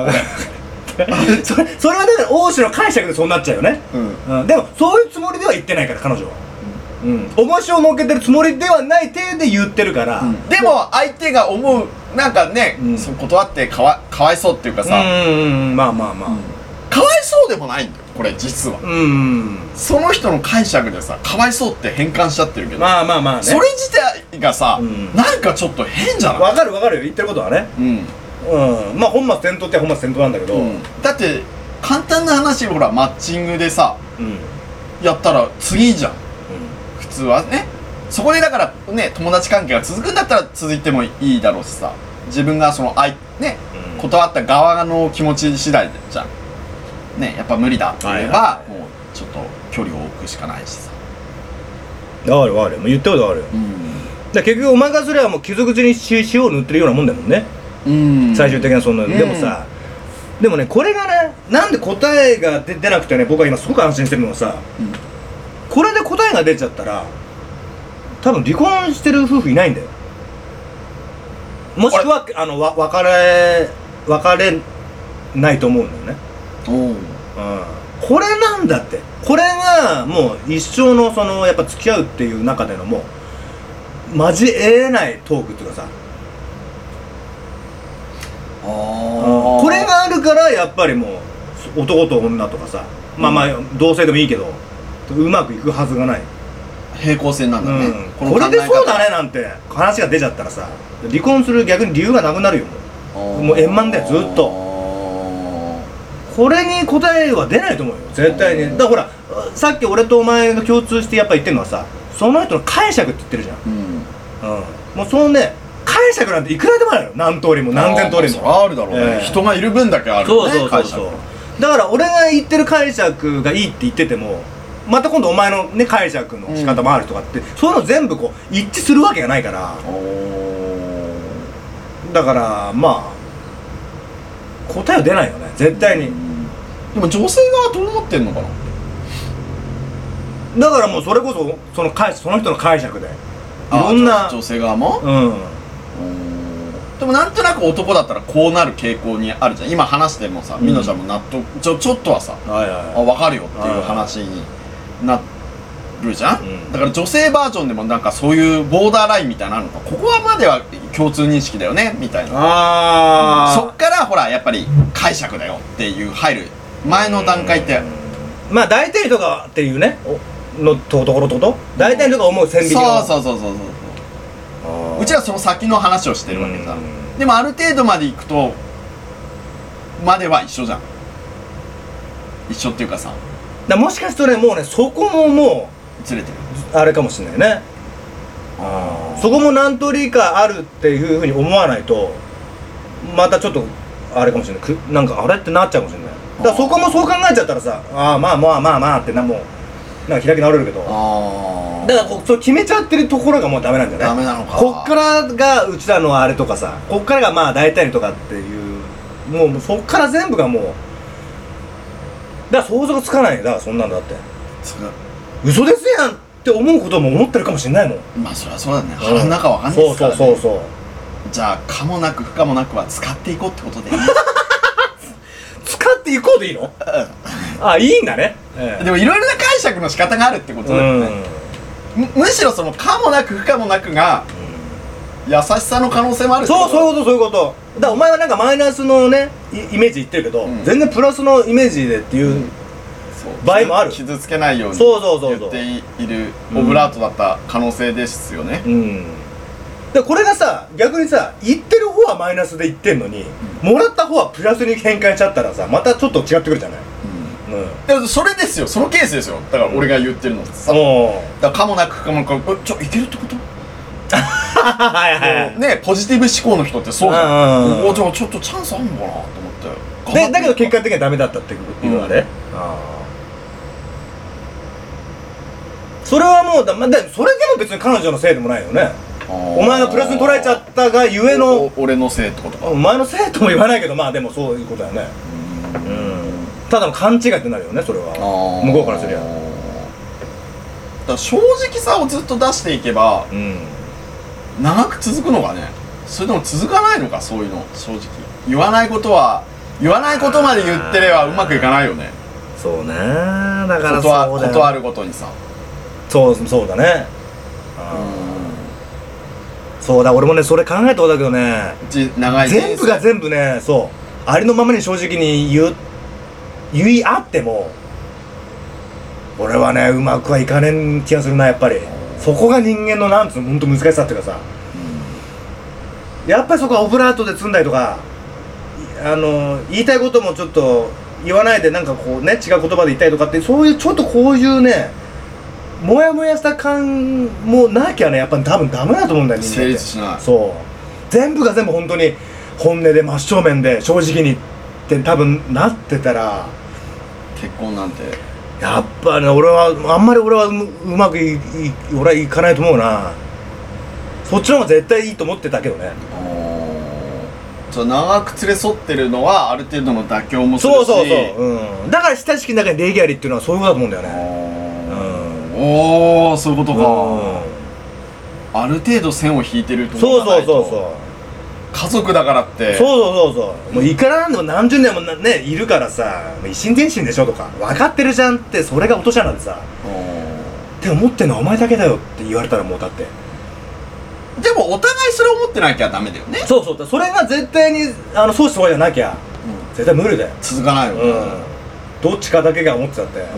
B: それそれはだから王子の解釈でそうなっちゃうよね、
C: うん
B: うん、でもそういうつもりでは言ってないから彼女はうん重しを乗っけてるつもりではない体で言ってるから、
C: でも相手が思うなんかね、
B: うん
C: そう断ってかわかわいそうっていうか
B: う
C: さ、
B: んうんまあまあまあ
C: かわいそうでもないんだよこれ実は
B: うん
C: その人の解釈でさかわいそうって変換しちゃってるけど、
B: まあまあまあね
C: それ自体がさ、
B: うん
C: なんかちょっと変じゃない、
B: わかるわかるよ言ってることはね
C: うん
B: うん、まあ本末転倒って本末転倒なんだけど、うん
C: だって簡単な話ほらマッチングでさやったら次じゃん普通はねそこでだからね友達関係が続くんだったら続いてもいいだろうしさ自分がそのあいね
B: うん
C: 断った側の気持ち次第でじゃんねやっぱ無理だって言えば
B: は
C: もうちょっと距離を置くしかないしさ
B: わかるわかるもう言ったことわかるよ
C: う
B: だから結局お前がそれはもう傷口に塩を塗ってるようなもんだもんね、
C: ん
B: 最終的にはそんな、
C: うん
B: でもさでもねこれがねなんで答えが出出なくてね僕は今すごく安心してるのはさ、
C: うん
B: これで答えが出ちゃったら多分離婚してる夫婦いないんだよもしくはあのわ別れ別れないと思うんだよね
C: おう
B: うんこれなんだってこれがもう一生のそのやっぱ付き合うっていう中でのもう交えないトークっていうかさ
C: あー
B: これがあるからやっぱりもう男と女とかさまあまあ同性でもいいけどうまくいくはずがない、
C: 平行線なんだね、
B: うん、
C: の
B: こ
C: 考
B: れ
C: え方
B: でそうだねなんて話が出ちゃったらさ離婚する逆に理由がなくなるよもう
C: あー
B: もう円満だよずっとこれに答えは出ないと思うよ絶対にだからほらさっき俺とお前が共通してやっぱ言ってるのはさその人の解釈って言ってるじゃん
C: うん
B: うんもうそのね解釈なんていくらでもあるよ何通りも何千通り
C: あーそ
B: も
C: らあるだろうね、
B: ええ
C: 人がいる分だけある
B: そ
C: よ
B: う
C: ね
B: そうそう
C: 会
B: そ
C: 社
B: うだから俺が言ってる解釈がいいって言っててもまた今度お前のね解釈の仕方もあるとかって、そういうの全部こう一致するわけがないから
C: おー
B: だからまあ答えは出ないよね絶対に
C: でも女性側どう思ってんのかな
B: だからもうそれこそその解その人の解釈でいろん
C: あ
B: な
C: 女女性側も
B: うん
C: でもなんとなく男だったらこうなる傾向にあるじゃん今話してもさみのちゃんも納得ちょちょっとはさ
B: はい
C: あ
B: は
C: 分かるよっていう話になるじゃん、
B: うん
C: だから女性バージョンでもなんかそういうボーダーラインみたいなのあるのかここはまでは共通認識だよねみたい
B: い
C: な
B: あ
C: そっからほらやっぱり解釈だよっていう入る前の段階って
B: まあ大体とかっていうねおのところってこと大体とか思う線引き
C: そう
B: の
C: そうそうそうそううちはその先の話をしてるわけさ
B: うん
C: でもある程度まで行くとまでは一緒じゃん一緒っていうかさ
B: だからもしかしたらもうねそこもも
C: ずれてる
B: うあれかもしれないねそこも何通りかあるっていうふうに思わないとまたちょっとあれかもしれないくなんかあれってなっちゃうかもしれないだからそこもそう考えちゃったらさああまあまあまあまあってなもうなんか開き直れるけど
C: ああ
B: だからこうそう決めちゃってるところがもうダメなんじゃない
C: ダメなのか
B: こっからがうちらのあれとかさこっからがまあ大体とかっていうもうもうそっから全部がもうだから想像つかないよだからそんなんだって
C: それ
B: 嘘ですやんって思うことも思ってるかもしれないもん
C: まあそりゃそうだね腹の中わかんない
B: そ
C: で
B: う
C: すか
B: そ
C: ら、
B: う
C: ね、
B: そうそう
C: じゃあ可もなく不可もなくは使っていこうってことでいい
B: 使っていこうでいいのあいいんだね、え
C: でもいろいろな解釈の仕方があるってこと
B: え
C: だよ
B: うん
C: ね、むむしろその可もなく不可もなくが優しさの可能性もあるってこ
B: そう
C: と
B: そういうことそういうことだからお前はなんかマイナスのねイイメージ言ってるけど、
C: うん
B: 全然プラスのイメージでっていう、
C: そう
B: 場合もある
C: 傷つけないように
B: そうそうそうそう
C: 言っているオブラートだった可能性ですよね、
B: うんでこれがさ逆にさ言ってる方はマイナスで言ってんのに、もらった方はプラスに変換しちゃったらさまたちょっと違ってくるじゃない、う
C: でもそれですよそのケースですよだから俺が言ってるのってさ、
B: ん、
C: だ
B: もう
C: から可もなく不可もなくえちょいけるってこと
B: はいはいはい
C: ねポジティブ思考の人ってそうじゃ
B: うんうん
C: ん
B: うん
C: おじゃあちょっとチャンスあんのかなと思って
B: でだけど結
C: 果
B: 果的にはダメだったっていうのはね、あーそれはもうだ、まあ、でそれでも別に彼女のせいでもないよねお前がプラスに捉えちゃったがゆえの
C: お俺のせいってことか
B: お前のせいとも言わないけどまあでもそういうことだよねうんただの勘違いってなるよねそれは向こうからすり
C: だ
B: ゃ
C: から正直さをずっと出していけば
B: うん
C: 長く続くのがねそれでも続かないのかそういうの正直言わないことは言わないことまで言ってればうまくいかないよね
B: そうねだから
C: ことは
B: そうだよ
C: ことあるごとにさ
B: そうそうだねそうだ俺もねそれ考えたことだけどね
C: じ長い人生
B: 全部が全部ねそうありのままに正直に言う言い合っても俺はねうまくはいかねん気がするなやっぱりそこが人間のなんつうのほんと難しさっていうかさやっぱりそこはオブラートで積んだりとかいあの言いたいこともちょっと言わないでなんかこうね違う言葉で言ったりとかってそういうちょっとこういうねモヤモヤした感もなきゃねやっぱ多分ダメだと思うんだよ人間っ
C: 成
B: て
C: 立しない
B: そう全部が全部本当に本音で真正面で正直にって多分なってたら
C: 結婚なんて
B: やっぱね俺はあんまり俺はううまくいい俺はいかないと思うなそっちの方が絶対いいと思ってたけどね
C: そう長く連れ添ってるのはある程度の妥協もするし
B: そうそうそう、うん、だから親しき中に礼儀ありっていうのはそういうことだと思うんだよ
C: あ
B: ね
C: ーおーそういうことかある程度線を引いてるって
B: うんそ
C: こと
B: う
C: が
B: そ
C: な
B: う
C: い
B: そ
C: と
B: うそう
C: 家族だからって
B: そうそうそうそうもういくらなんでも何十年もなねいるからさもう一心伝心でしょとか分かってるじゃんってそれが落とし穴でさって思ってんのはお前だけだよって言われたらもうだって
C: うんでもお互いそれ思ってなきゃダメだよね
B: そうそうそれが絶対にあのそうしてそうじゃなきゃ、
C: う
B: 絶対無理だよ
C: 続かないよ
B: う
C: ね
B: ん、どっちかだけが思ってたって、
C: うん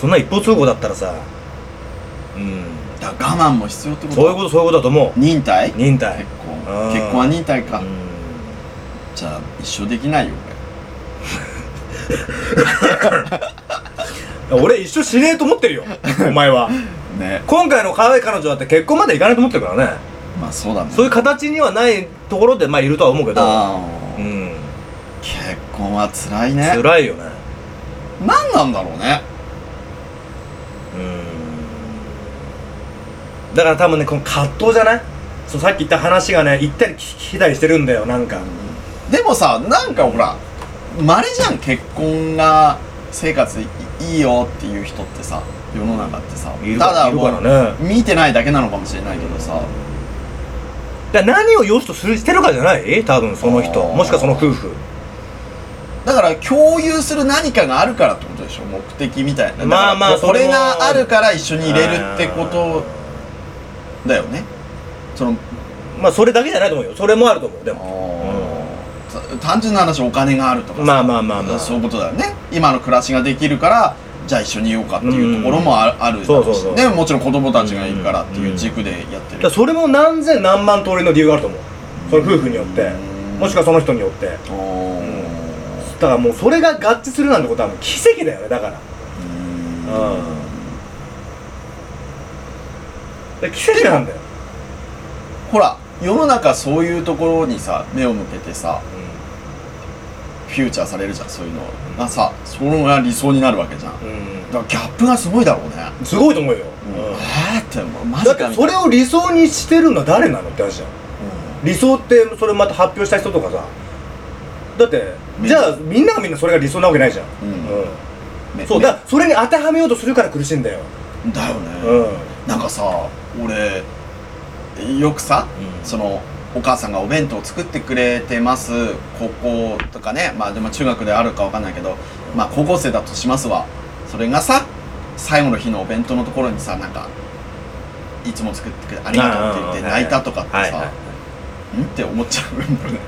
B: そんな一方通行だったらさうん
C: だから我慢も必要ってこと
B: そういうことそういうことだと思う
C: 忍耐結
B: 忍耐
C: 婚
B: うん
C: 結婚は忍耐か、
B: うん
C: じゃあ一生できないよ
B: 俺一生しねえと思ってるよお前は
C: 俺ね
B: 今回の可愛い彼女だって結婚までいかないと思ってるからね
C: まあそうだね
B: そういう形にはないところでまあいるとは思うけど
C: あ
B: う
C: ー
B: ん
C: 結婚は辛いね
B: 辛いよね
C: 何なんだろうね
B: うんだから多分ねこの葛藤じゃないそうさっき言った話がね行ったり来たりしてるんだよなんか
C: でもさなんかほらまれじゃん結婚が生活いいいよっていう人ってさ世の中ってさ
B: いる
C: ただ
B: いるからね
C: 見てないだけなのかもしれないけどさ
B: だから何を良しとするしてるかじゃない多分その人
C: あー
B: もしくはその夫婦
C: だから共有する何かがあるからってことでしょ目的みたいな
B: まあまあ
C: だからこ
B: それ
C: れ
B: も
C: があるから一緒に入れるってことだよねその
B: まあそれだけじゃないと思うよそれもあると思うでも
C: た単純な話お金があるとかさ
B: まあまあまあまあ
C: そういうことだよね今の暮らしができるからじゃあ一緒にいようかっていうところもあ,、あるだろうし
B: そうそうそう
C: ね、もちろん子供たちがいるからっていう軸でやって
B: だか
C: る、
B: らそれも何千何万通りの理由があると思うその夫婦によって
C: うん
B: もしくはその人によってだ
C: おー
B: からもうそれが合致するなんてことはもう奇跡だよねだから
C: うん
B: うん奇跡なんだよ
C: ほら世の中そういうところにさ目を向けてさフューチャーされるじゃんそういうのがさそれが理想になるわけじゃんだか
B: う
C: らギャップがすごいだろうね、
B: んすごいと思うよ
C: えーってもうマジ
B: だっ
C: か
B: て
C: み
B: そ
C: たい
B: れ
C: な
B: を理想にしてるのは誰なのって話じゃん理想ってそれまた発表した人とかさだって
C: ね
B: じゃあみんながみんなそれが理想なわけないじゃん
C: うんうん
B: う
C: め
B: んそうだからそれに当てはめようとするから苦しいんだよ
C: めだよね、
B: うん
C: なんかさ俺よくさ、
B: うん
C: そのお母さんがお弁当を作ってくれてます高校とかねまあでも中学であるかわかんないけどまあ高校生だとしますわそれがさ最後の日のお弁当のところにさなんかいつも作ってくれありがとうって言って泣いたとかってさ、
B: はいはい
C: んって思っちゃうん だよね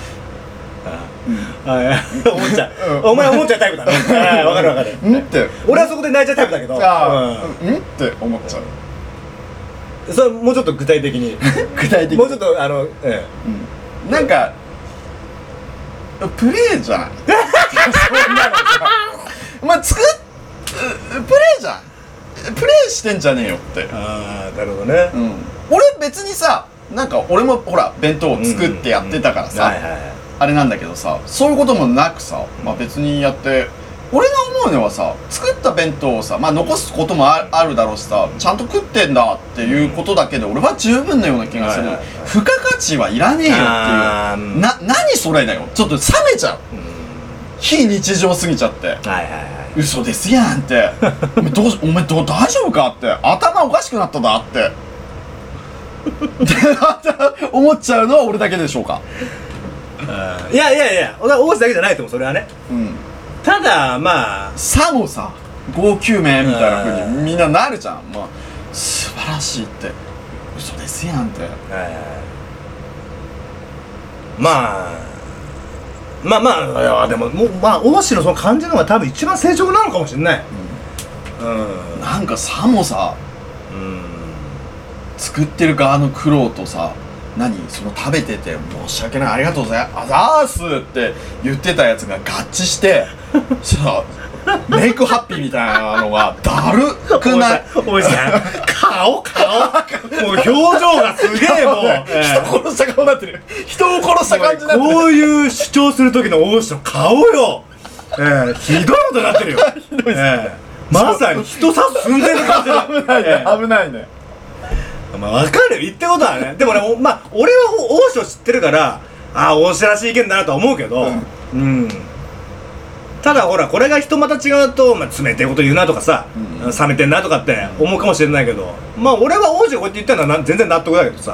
B: はいはい思っちゃう
C: うん
B: お前思っちゃうタイプだねはいわかるわかる
C: んって
B: 俺はそこで泣いちゃうタイプだけど
C: あーんって思っちゃう
B: うんそれもうちょっと具体的 に
C: 具体的に
B: もうちょっとあのええ
C: うんなんかプレイじ ゃないそんなのさお前作っうプレイじゃんプレイしてんじゃねえよって、
B: ああなるほどね
C: うん、俺別にさなんか俺もほら弁当を作ってやってたからさ、
B: はいはいはい
C: あれなんだけどさそういうこともなくさ、まあ、別にやって俺が思うのはさ作った弁当をさ、まあ、残すこともああるだろうしさちゃんと食ってんだっていうことだけで俺は十分のような気がする、
B: はいはいはい
C: 付加価値はいらねえよって
B: あ
C: いう
B: ー
C: な何それだよちょっと冷めちゃう非日常すぎちゃって
B: はいはいはい
C: 嘘ですやんってお前どうしお前どう大丈夫かって頭おかしくなっただってって思っちゃうのは俺だけでしょうか
B: いやいやいや、俺は王子だけじゃないと思う、それはね。
C: うん
B: ただ、まあ、
C: さもさ号泣名みたいなふうにみんななるじゃんまあ素晴らしいって嘘ですやんって
B: まあ、まあまあ、いやでも、もうまあ、王子のその感じの方が多分一番正常なのかもしれない。うん。
C: なんかさもさ作ってる側の苦労とさ何その食べてて申し訳ないありがとうございますあざーすって言ってたやつが合致して さメイクハッピーみたいなのがだるくない
B: 王子さん、顔、顔、 もう表情がすげえもう。
C: 人殺した顔になってる人を殺した感じになってる
B: こういう主張する時の王子の顔よ。ええひどいことになって るよ。ひどいまさに人差す寸前の感じだ。
C: 危ない
B: ええ
C: ね危ないね
B: まあ、わかるよ言ってることはね。でもね、おまあ、俺はお王子を知ってるから、ああ、王子らしい意見だなとは思うけど、うん。ただ、ほら、これが人また違うと、まあ、冷てえこと言うなとかさ、
C: うん
B: 冷めてんなとかって思うかもしれないけど、まあ、俺は王子がこうやって言ってるのはな全然納得だけどさ、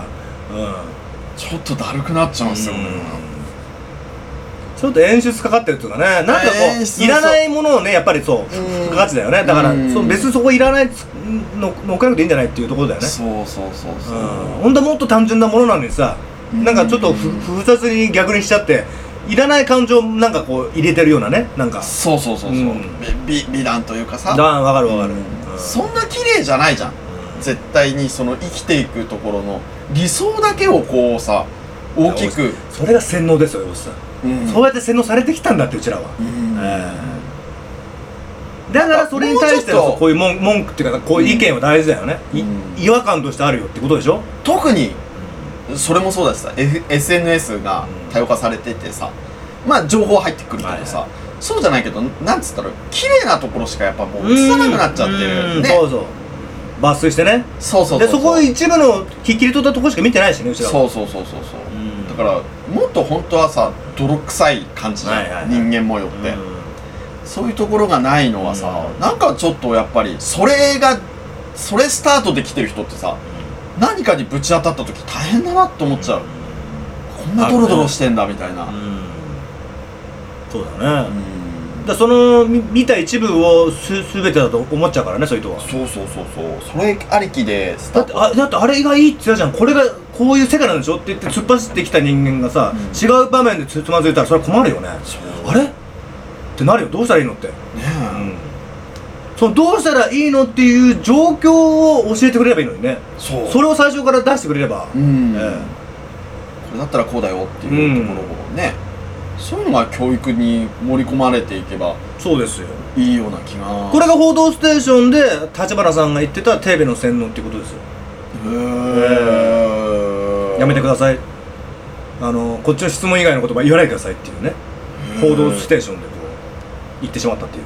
B: う
C: ちょっとだるくなっちゃうんですよ、ね
B: ん。ちょっと演出かかってるっていうかね、なんかこ
C: 演出
B: う、いらないものをね、やっぱりそう、
C: うん
B: 付加価値だよね。だから、
C: うん
B: そう別にそこいらないつの、のっけなくていいんじゃないっていうところだよね。
C: そうそうそうそう、
B: うん本当はもっと単純なものなのにさなんかちょっとふ複雑に逆にしちゃっていらない感情をなんかこう入れてるようなねなんか
C: そうそうそうそう、
B: うん
C: び美美談というかさ
B: だわかるわかる、
C: うん
B: うん
C: そんな綺麗じゃないじゃん絶対にその生きていくところの理想だけをこうさ大きく、
B: それが洗脳ですよおじさん、
C: うん
B: そうやって洗脳されてきたんだってうちらは、
C: うん
B: ええだからそれに対して
C: もうちょっ
B: の
C: と
B: こういう文文句っていうかこういう意見は大事だよね、い
C: うん
B: 違和感としてあるよってことでしょ、
C: 特にそれもそうだしさ、F、SNS が多様化されててさまあ情報入ってくるけどさ、そうじゃないけどなんつったら綺麗なところしかやっぱもう映さなくなっちゃって
B: う
C: る
B: ん
C: ね
B: そうそう抜粋してね
C: そうそうそ
B: で
C: う
B: そこ一部の切り取ったとこしか見てないしねうちらは
C: そうそうそうそうそうだからもっと本当はさ泥臭い感じじゃん、
B: はいはいはい
C: 人間模様っ
B: うん
C: て、そういうところがないのはさ、
B: う
C: なんかちょっとやっぱりそれがそれスタートで来てる人ってさ何かにぶち当たった時大変だなって思っちゃう、こんなドロドロしてんだみたいな、
B: う
C: うん
B: んそうだねだからその見見た一部をす全てだと思っちゃうからねそういう人は
C: そうそうそうそうそれありきでス
B: だ
C: ター
B: って
C: ト
B: あだってあれがいいって言ったじゃんこれがこういう世界なんでしょって言って突っ走ってきた人間がさ、
C: うん
B: 違う場面でつつまずいたらそれは困るよね
C: そう
B: あれってなるよどうしたらいいのって、
C: ね
B: う
C: え
B: ん、そのどうしたらいいのっていう状況を教えてくれればいいのにね
C: そう
B: それを最初から出してくれれば、
C: うん、
B: ええ
C: これだったらこうだよっていうところをね、そういうのが教育に盛り込まれていけば
B: そうですよ
C: いいような気が
B: これが「報道ステーション」で立花さんが言ってたテレビの洗脳っていうことですよ
C: へー
B: やめてくださいあのこっちの質問以外の言葉言わないでくださいっていうね「報道ステーション」でこう言ってしまったっていう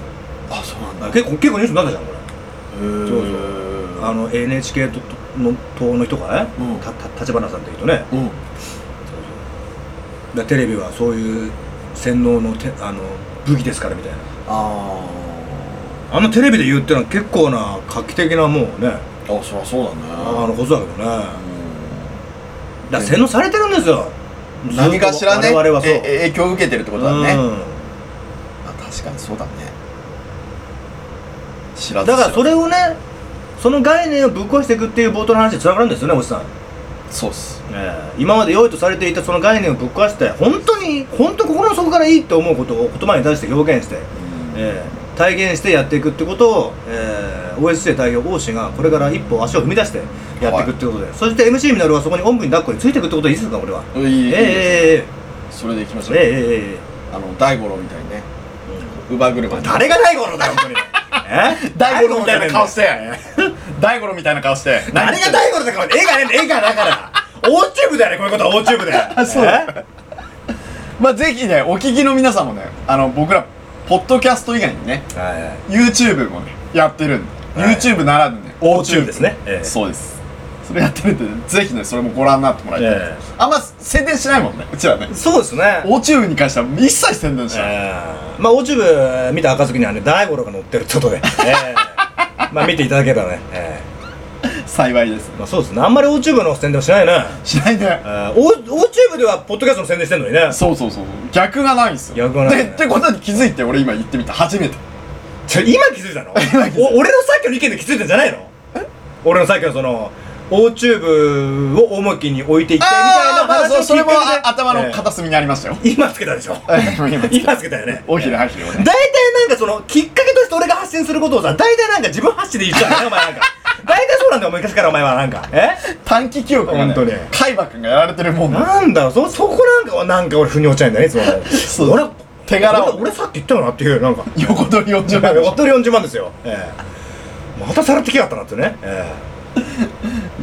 C: あそうなんだ
B: あ結構結構ニュースになったじゃんこれ
C: そう
B: そうあの NHK との党の人がね、
C: うん
B: たた立花さんっていう人ね
C: うん
B: でテレビはそういう洗脳のてあの武器ですからみたいな
C: あ
B: あのテレビで言うってのは結構な画期的なもうね
C: ーあそりゃそうだね
B: あのことだけどねだか
C: う
B: ら洗脳されてるんですよ
C: ん何かしらね
B: ずっと我々はそう
C: ええ影響を受けてるってことだね、
B: うん
C: あ確かにそうだね知らず
B: だからそ
C: 知
B: れをねその概念をぶっ壊していくっていう冒頭の話につながるんですよねおじさん、
C: らずそうっす
B: 今まで良いとされていたその概念をぶっ壊して本当に本当心の底からいいって思うことを言葉に対して表現して、えー体現してやっていくってことを、えー、OSJ 代表王子がこれから一歩足を踏み出してやっていくってことで、そして MC ミナルはそこにおんぶに抱っこについていくってことでいいですか俺は
C: うんいいいいで
B: え
C: すそれでいきまし
B: えええ
C: ょ
B: ええ
C: う
B: えええ
C: あの大五郎みたいにね乳母車に
B: 誰が大五郎だよ本当にえ
C: 大五郎みたいな顔して 大五郎みたいな顔して
B: 誰が大五郎だから絵がねえ絵がだからオーチューブだよねこういうことはオーチューブだよ
C: そうだ
B: え
C: まあぜひねお聞きの皆さんもねあの僕らポッドキャスト以外にね
B: はいはい
C: YouTube もねやってるんで、
B: はい
C: YouTube ならぬね
B: YouTube ですねええ
C: そうですそれやってるんでねぜひねそれもご覧になってもらいたい、
B: ええ
C: あんま宣伝しないもんねうちらね
B: そうですね
C: YouTube に関しては一切宣伝しない、
B: えーまあ YouTube 見た暁にはね大五郎が乗ってるってこと で、えーまあ見ていただければね、え
C: 幸いです
B: ーまあそうですねあんまり YouTube の宣伝はしないね、
C: しないね
B: えー、お YouTube ではポッドキャストの宣伝してんのにね
C: そうそうそうそう逆がないんですよ
B: 逆がないね
C: でってことに気づいて俺今言ってみた初めて
B: ちょ今気づいたの
C: 今気づいた
B: お俺のさっきの意見で気づいたんじゃないの俺のさっきのその YouTube を重きに置いていきたいみたいな
C: まあ
B: 話を
C: そう
B: 聞
C: それ
B: い
C: も
B: て
C: あ頭の片隅にありましたよ、
B: えー今つけたでしょ 今つけたよね
C: おひれはひれを
B: 大体
C: ね
B: なんかそのきっかけとして俺が発信することをさ大体なんか自分発信で言っちゃうねお前なん か大体そうなんだよ昔からお前はなんかえ
C: 短期記憶が
B: 本当に
C: ね海馬くんがやられてるもんだ
B: なんだろうそそこなんかなんか俺腑に落ちないんだよねいつもね
C: そう
B: 俺
C: 手柄を
B: 俺俺さっき言ったよなっていう なんか
C: 横取り40万 でし
B: おっとり40万ですよええまたさらってきやがったなってねえ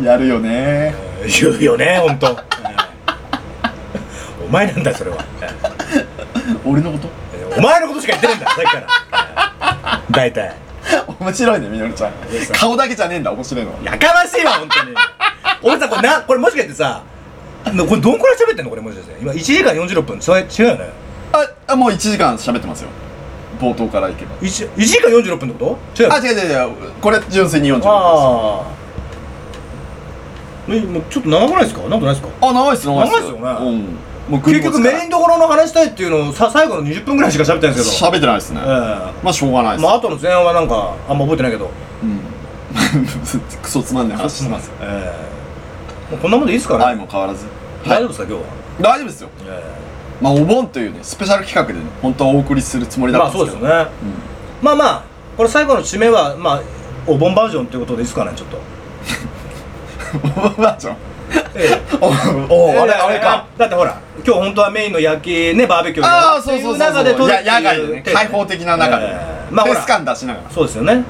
C: ょやるよね
B: え言うよねほんとええお前なんだよそれはえ
C: 俺のこと
B: えお前のことしか言ってないんだよさっきからええ大体
C: 面白いねみのりちゃん
B: す
C: 顔だけじゃねえんだ面白いのは
B: やかましいわ、本当に。 俺さ、これな、これもしかしてさ、なこれどんくらい喋ってんのこれもしかして。今1時間46分。それ違うよね。
C: ああもう1時間喋ってますよ冒頭からいけば
B: 1, 1時間46分ってこと違うよ
C: あ
B: ね。
C: 違う違う違うこれ純粋に40分ですあ
B: あー。え、もうちょっと長くないですかなんかないですか
C: 長いっす長いっ
B: 長い
C: す
B: っすよね
C: うんもう
B: 結局メイン
C: ン
B: どころの話したいっていうのをさ最後の20分ぐらいしか喋ってないんですけど。
C: 喋ってないっすね
B: ええ
C: まあしょうがないっす
B: まあ、あとの前半はなんか、あんま覚えてないけど。
C: うん クソつまんない話してますよ
B: ええもうこんなもんでいいですかね、
C: 愛も変わらず
B: 大丈夫ですか今日は。
C: 大丈夫ですよ
B: え
C: まあお盆というねスペシャル企画でね本当はお送りするつも
B: え
C: りだ
B: ま
C: った
B: あ
C: んで
B: そう
C: す
B: で
C: け
B: す
C: ど
B: よね。まあまあ、これ最後の締めは、まあ、お盆バージョンということでいいですかね、ちょっと。
C: お 盆バージョン
B: ええ
C: お
B: え
C: お
B: ー
C: あれあれか
B: だってほら今日本当はメインの夜景ねバーベキュー
C: ああそうそうそうそう
B: ってい中で撮るっていう
C: や野外でね開放的な中で、
B: えーまあ
C: フ
B: ほ
C: ェ
B: ら
C: ス感出しながら
B: そうですよね、
C: うん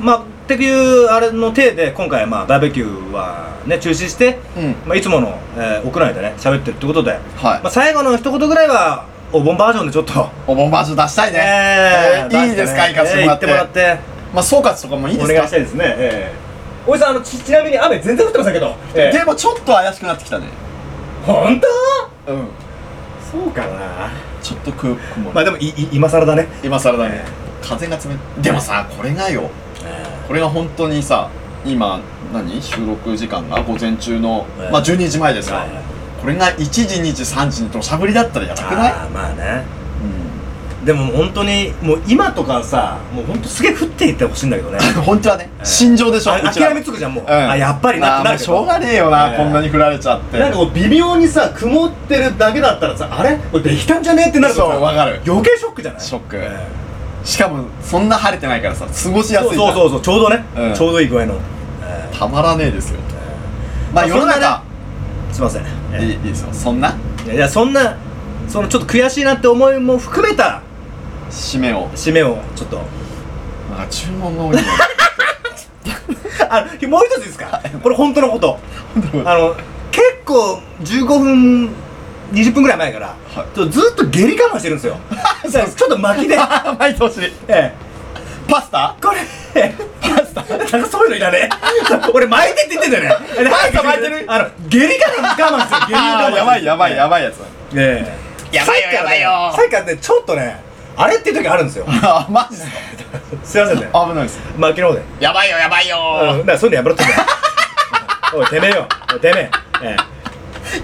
B: まあっていうあれの体で今回まあバーベキューはね中止して、
C: うん
B: まあ、いつもの、えー屋内でね喋ってるってことで、
C: はい
B: まあ、最後の一言ぐらいはお盆バージョンでちょっと
C: お盆バージョン出したいね。えーいいですか、行かせてもらって。
B: えー行ってもらって
C: まあ、総括とかもいいで
B: お
C: す
B: 願いした
C: か
B: いですねええおじさんあのちちなみに雨全然降ってませんけどええ
C: でも、ちょっと怪しくなってきたね。
B: 本当
C: うん。
B: そうかな
C: ちょっとく、曇り
B: まあでもいい今更だね
C: 今更だね。風が冷たい。でもさ、これがよ。これが本当にさ、今、何収録時間が午前中の、
D: ええ
C: まあ、12時前ですか
D: はいはい。
C: これが1時、2時、3時に土砂降りだったらやばくない
B: あーまあね
C: う
B: でも本当にもう今とかさもう本当すげえ降っていってほしいんだけどね
C: ん。 本当はね、
B: ええ
C: 心情でしょ、
B: あ
C: うちら
B: 諦めつくじゃんもう、
C: うん
B: あやっぱりなっ
C: まあ
B: てな
C: もう
B: るけ
C: し
B: ど
C: ょうがねえよな、
B: ええ
C: こんなに振られちゃって
B: なんかこう微妙にさ曇ってるだけだったらさあれこれできたんじゃねえってなると
C: そうわ
B: さ
C: かる
B: 余計ショックじゃない
C: ショック
B: え
C: しかもそんな晴れてないからさ過ごし
B: え
C: やすい
B: そうそうそ
C: う
B: うそうちょうどね、
C: うん
B: ちょうどいい具合の、え
C: たまらねえですよ
B: ま
C: ま
B: あ
C: あ世の中、
B: えすいません、ええ
C: いいいいですよそんない
B: やいやそんなそのちょっと悔しいなって思いも含めた
C: 締めを
B: 締めをちょっと
C: なんか注文が多いね
B: あのもう一ついいですかこれ本当のこと
C: 当のこと
B: あの結構15分20分ぐらい前から、
C: い
B: ちょっとずっと下痢我慢してるん ですよちょっと巻きで、
C: あ 毎年
B: ええ、
C: パスタ
B: これパスタなんかそういうのいら ねえ俺巻いてって言ってんだよねえ
C: パスタ巻いてる
B: あの下痢我慢我慢してる下痢我慢
C: あーやばいやばいやばいやつ
B: ええ
C: やばいよ
B: さっきからね
C: やばいよ
B: さっきからねちょっとねあれっていう時あるんですよ
C: あマジっす か
B: すいませんね
C: 危ないです
B: 巻きの方で
C: やばいよやばい
B: うん
C: よ
B: だからそういうのやめろってんだよ おいてめえよおいてめえええ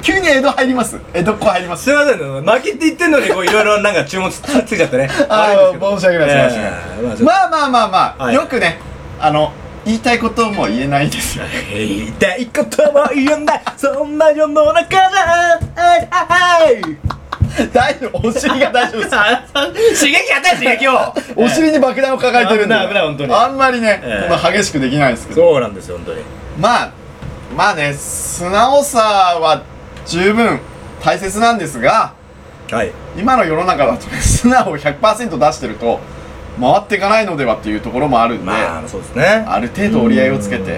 C: 急に江戸入ります江戸っ子入ります
B: すいませんね巻きって言ってんのにこういろいろなんか注文つついちゃってね
C: あ
B: 悪いんですけ
C: ー
B: ど
C: 申し訳ない
B: ええ
C: です
B: まあちょっと
C: まあまあまあまあ、
B: はい
C: よくねあの言いたいことも言えないですよね
B: 言いたいことも言えないそんな世の中じゃああい
C: 大丈夫お尻が大丈夫 です
B: 刺激やったよ刺激を
C: お尻に爆弾を抱えてるんで
B: 危ない危ない本当に
C: あんまりね、
B: ええ
C: こんな激しくできないですけど
B: そうなんですよ本当に
C: まあまあね素直さは十分大切なんですが
B: はい
C: 今の世の中だとね素直を100%出してると回っていかないのではっていうところもあるんで、
B: まあそうですね
C: ある程度折り合いをつけて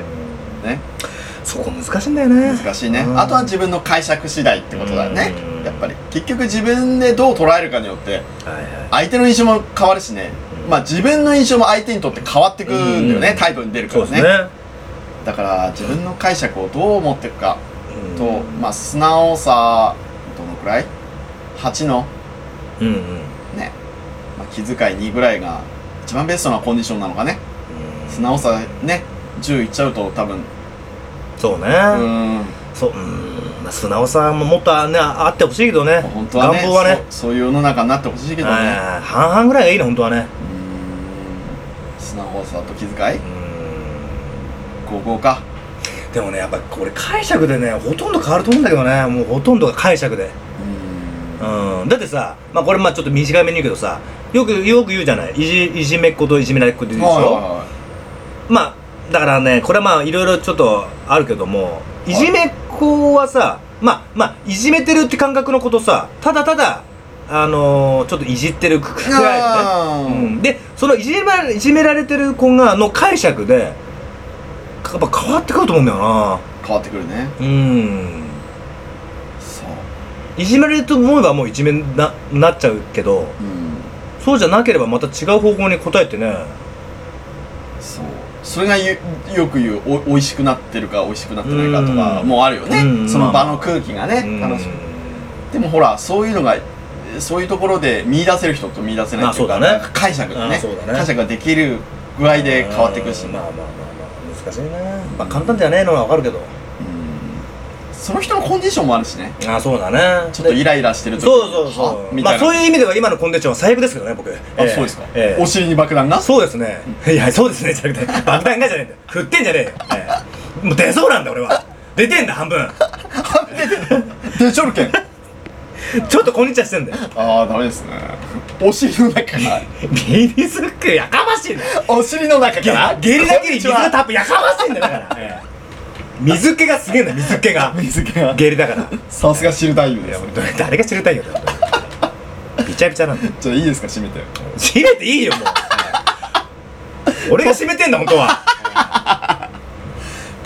C: ね
B: そこ難しいんだよね
C: 難しいね
B: うん
C: あとは自分の解釈次第ってことだよね
B: うん
C: やっぱり結局自分でどう捉えるかによって
B: はいは
C: 相手の印象も変わるしねまあ自分の印象も相手にとって変わってくんだよね
B: うん
C: 態度に出る
B: い
C: からねだから自分の解釈をどう持っていくか
B: うん
C: と、まあ素直さどのくらい ?8 の
B: うんうん
C: ね、まあ、気遣い2ぐらいが一番ベストなコンディションなのかね素直さね10いっちゃうと多分
B: そうね
C: うーん
B: そううんまあ素直さももっとねああってほしいけどね
C: 本当はね
B: 願望はね
C: そうそういう世の中になってほしいけどね
B: はい半々ぐらいがいいね本当はね
C: うーん素直さと気遣い
B: うん
C: 高校か
B: でもねやっぱこれ解釈でねほとんど変わると思うんだけどねもうほとんどが解釈で
C: うー
B: うんだってさまあこれまあちょっと短めに言うけどさよくよく言うじゃないいじいじめっ子といじめられっ子って言う
C: ん
B: でしょ、
C: はいは
B: まあだからねこれはまあいろいろちょっとあるけどもいじめっ子はさまあまあいじめてるって感覚のことさただただあのー、ちょっといじってるく
C: い
B: くらい
C: は
B: の
C: い
B: ね、う
C: うん
B: ん、でそのいじめらいじめられてる子がの解釈でやっぱ変わってくると思うんだよな
C: 変わってくるね
B: うん
C: そう
B: いじめられると思えばもういじめにななっちゃうけど
C: うん
B: そうじゃなければまた違う方向に答えてね
C: そうそれがゆよく言うお美味しくなってるか美味しくなってないかとか
B: うん
C: もあるよね、
B: うん
C: その場の空気がね、
B: うん
C: 楽しくでもほらそういうのがそういうところで見出せる人と見出せない人
B: まあそうだね
C: 解釈が
B: あ
C: ね
B: そうだね
C: 解釈ができる具合で変わってくるし、
B: うんまあまあまあまあ難しいねまあ簡単じゃねえのはわかるけど
C: うんその人のコンディションもあるしね
B: あそうだね
C: ちょっとイ
B: で
C: ライラしてる時
B: そうそうそ
C: は
B: う
C: み
B: ま
C: たい
B: あ
C: な、
B: そういう意味では今のコンディションは最悪ですけどね僕あ
C: あそうですか、
B: ええ
C: お尻に爆弾が
B: そうですねいやそうですねじゃなくて爆弾がじゃねえんだよ振ってんじゃねえよええもう出そうなんだ俺は出てんだ半分
C: でちょるけん
B: ちょっとこんにちはしてんだよ
C: ああダメですねお尻の中から
B: ビビスックやかましいね
C: お尻の中から
B: 下痢だけに水
C: こんにち
B: が
C: は
B: たっぷりやかましいんだよだから、ええ水気がすげえんだよ水気 が
C: 水気が
B: 下痢だから
C: さすが知る太夫です
B: 誰が知りたいよだってびちゃびちゃなんだよ
C: じゃあいいですか閉めて
B: 閉めていいよもう俺が閉めてんだ本当は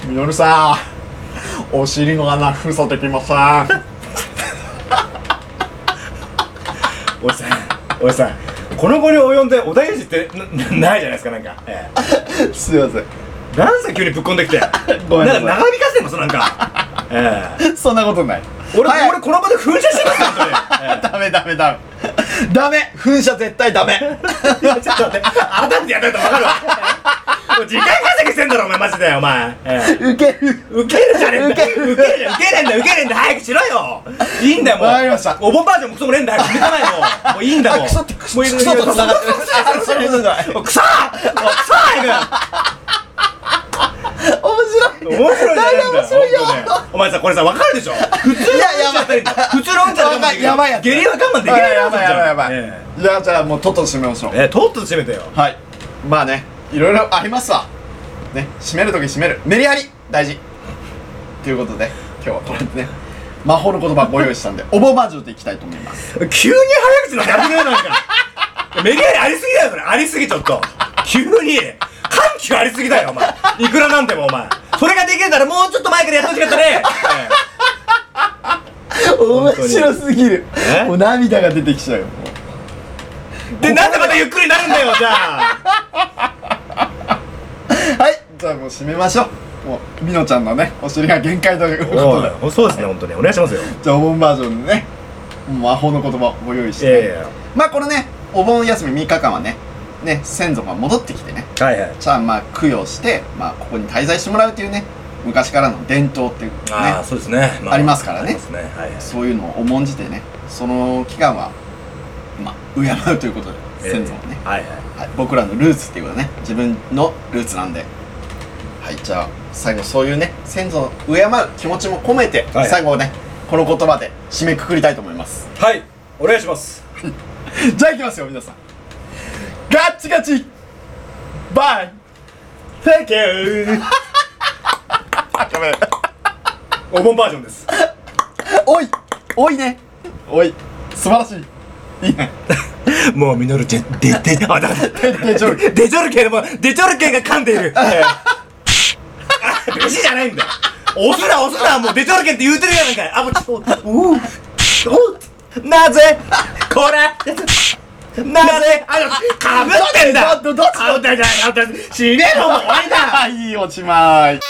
C: みのるさんお尻の穴封鎖できません
B: おじさんおじさんこの子に及んでお大事ってななないじゃないですかなんか、え
C: すいません
B: え、なんすか急にぶっこんできて
C: ごめんなさ
B: ないんか長引かせてますなんか、ええ、
C: そんなことない。
B: 俺、
C: はい
B: 俺この場で噴射してますよ本当に、ええ
C: ダメダメダメ。ダメ噴射絶対ダメ
B: いやちょっと待って改めてやったら分かるわもう時間稼ぎしてんだろお前マジでお前、ええ
C: ウケる
B: ウケるじゃねえんだ
C: ウケ
B: ウケるじゃんウケねえんだウケねえんだ早くしろよいいんだよもう
C: わかりました
B: お盆バージョンもクソもねえんだ早く見たまえもうもういいんだも
C: あ
B: う
C: クソってクソ
B: もういい
C: クソと繋がってる
B: クソそうそうそうそうもうクソもうクソ早
C: 面白い
B: く面白いじゃねえんだよ
C: 面白いよ
B: 本当ねお前さこれさ分かるでしょ普通の
C: いややばい
B: 運転だったり普通の運転だったり
C: やばいやばい やつ
B: 下痢は我慢できない
C: やばいやばいやばい。
B: え
C: じゃあじゃあもうとっとと締めましょう。
B: えええとっとと締めてよ
C: はい。まあね、いろいろありますわ。ね、締めるとき締める。メリハリ大事ということで、今日はこれでね、魔法の言葉ご用意したんで、おぼまじゅうでいきたいと思います。
B: 急に早口なんてやめてよなんかメリハリありすぎだよそれありすぎちょっと急に緩急ありすぎだよお前いくらなんでもお前それができるならもうちょっと前からやってほしかったね、
C: 面
B: 白
C: 白すぎる
B: え。
C: もう涙が出てきちゃうよ。
B: ええでなんでまたゆっくりになるんだよじゃあ
C: はい、じゃあもう締めましょう。もう、みのちゃんのね、お尻が限界ということで。
B: そうですね本当にお願いしますよ
C: じゃあお盆バージョンでね魔法の言葉をご用意し
B: い
C: て、
B: やいや
C: まあこれねお盆休み3日間はねね先祖が戻ってきてね
B: はいはい
C: じゃあまあ供養して、まあ、ここに滞在してもらうというね昔からの伝統っていうね
B: ああそうですね、
C: ありますからね
B: ありますねはいはい
C: そういうのを重んじてねその期間はまあ敬うということ
B: え
C: で
B: え
C: 先祖をね、
B: はいはい
C: はい、僕らのルーツっていうことね自分のルーツなんではいじゃあ最後そういうね先祖を敬う気持ちも込めて、
B: はい
C: 最後ねこの言葉で締めくくりたいと思います
B: はいお願いします
C: じゃあ行きますよ皆さんガッチガチバイ
B: Thank you
C: あやべ
B: お盆バージョンです
C: おいおいねおい素晴らしいいいね
B: もうミノルちゃん出てあだ
C: 手手ちょる
B: デジョルケでもデジョルケが噛んでいるべしじゃないんだよ押すな押すなもうデジョルケって言うてるやないかいあもうちょっとうううなぜこれなぜあかぶってんだ
C: どどどっち
B: かぶってんだかぶってんだ死ねろもう終わりだ
C: はいおしまい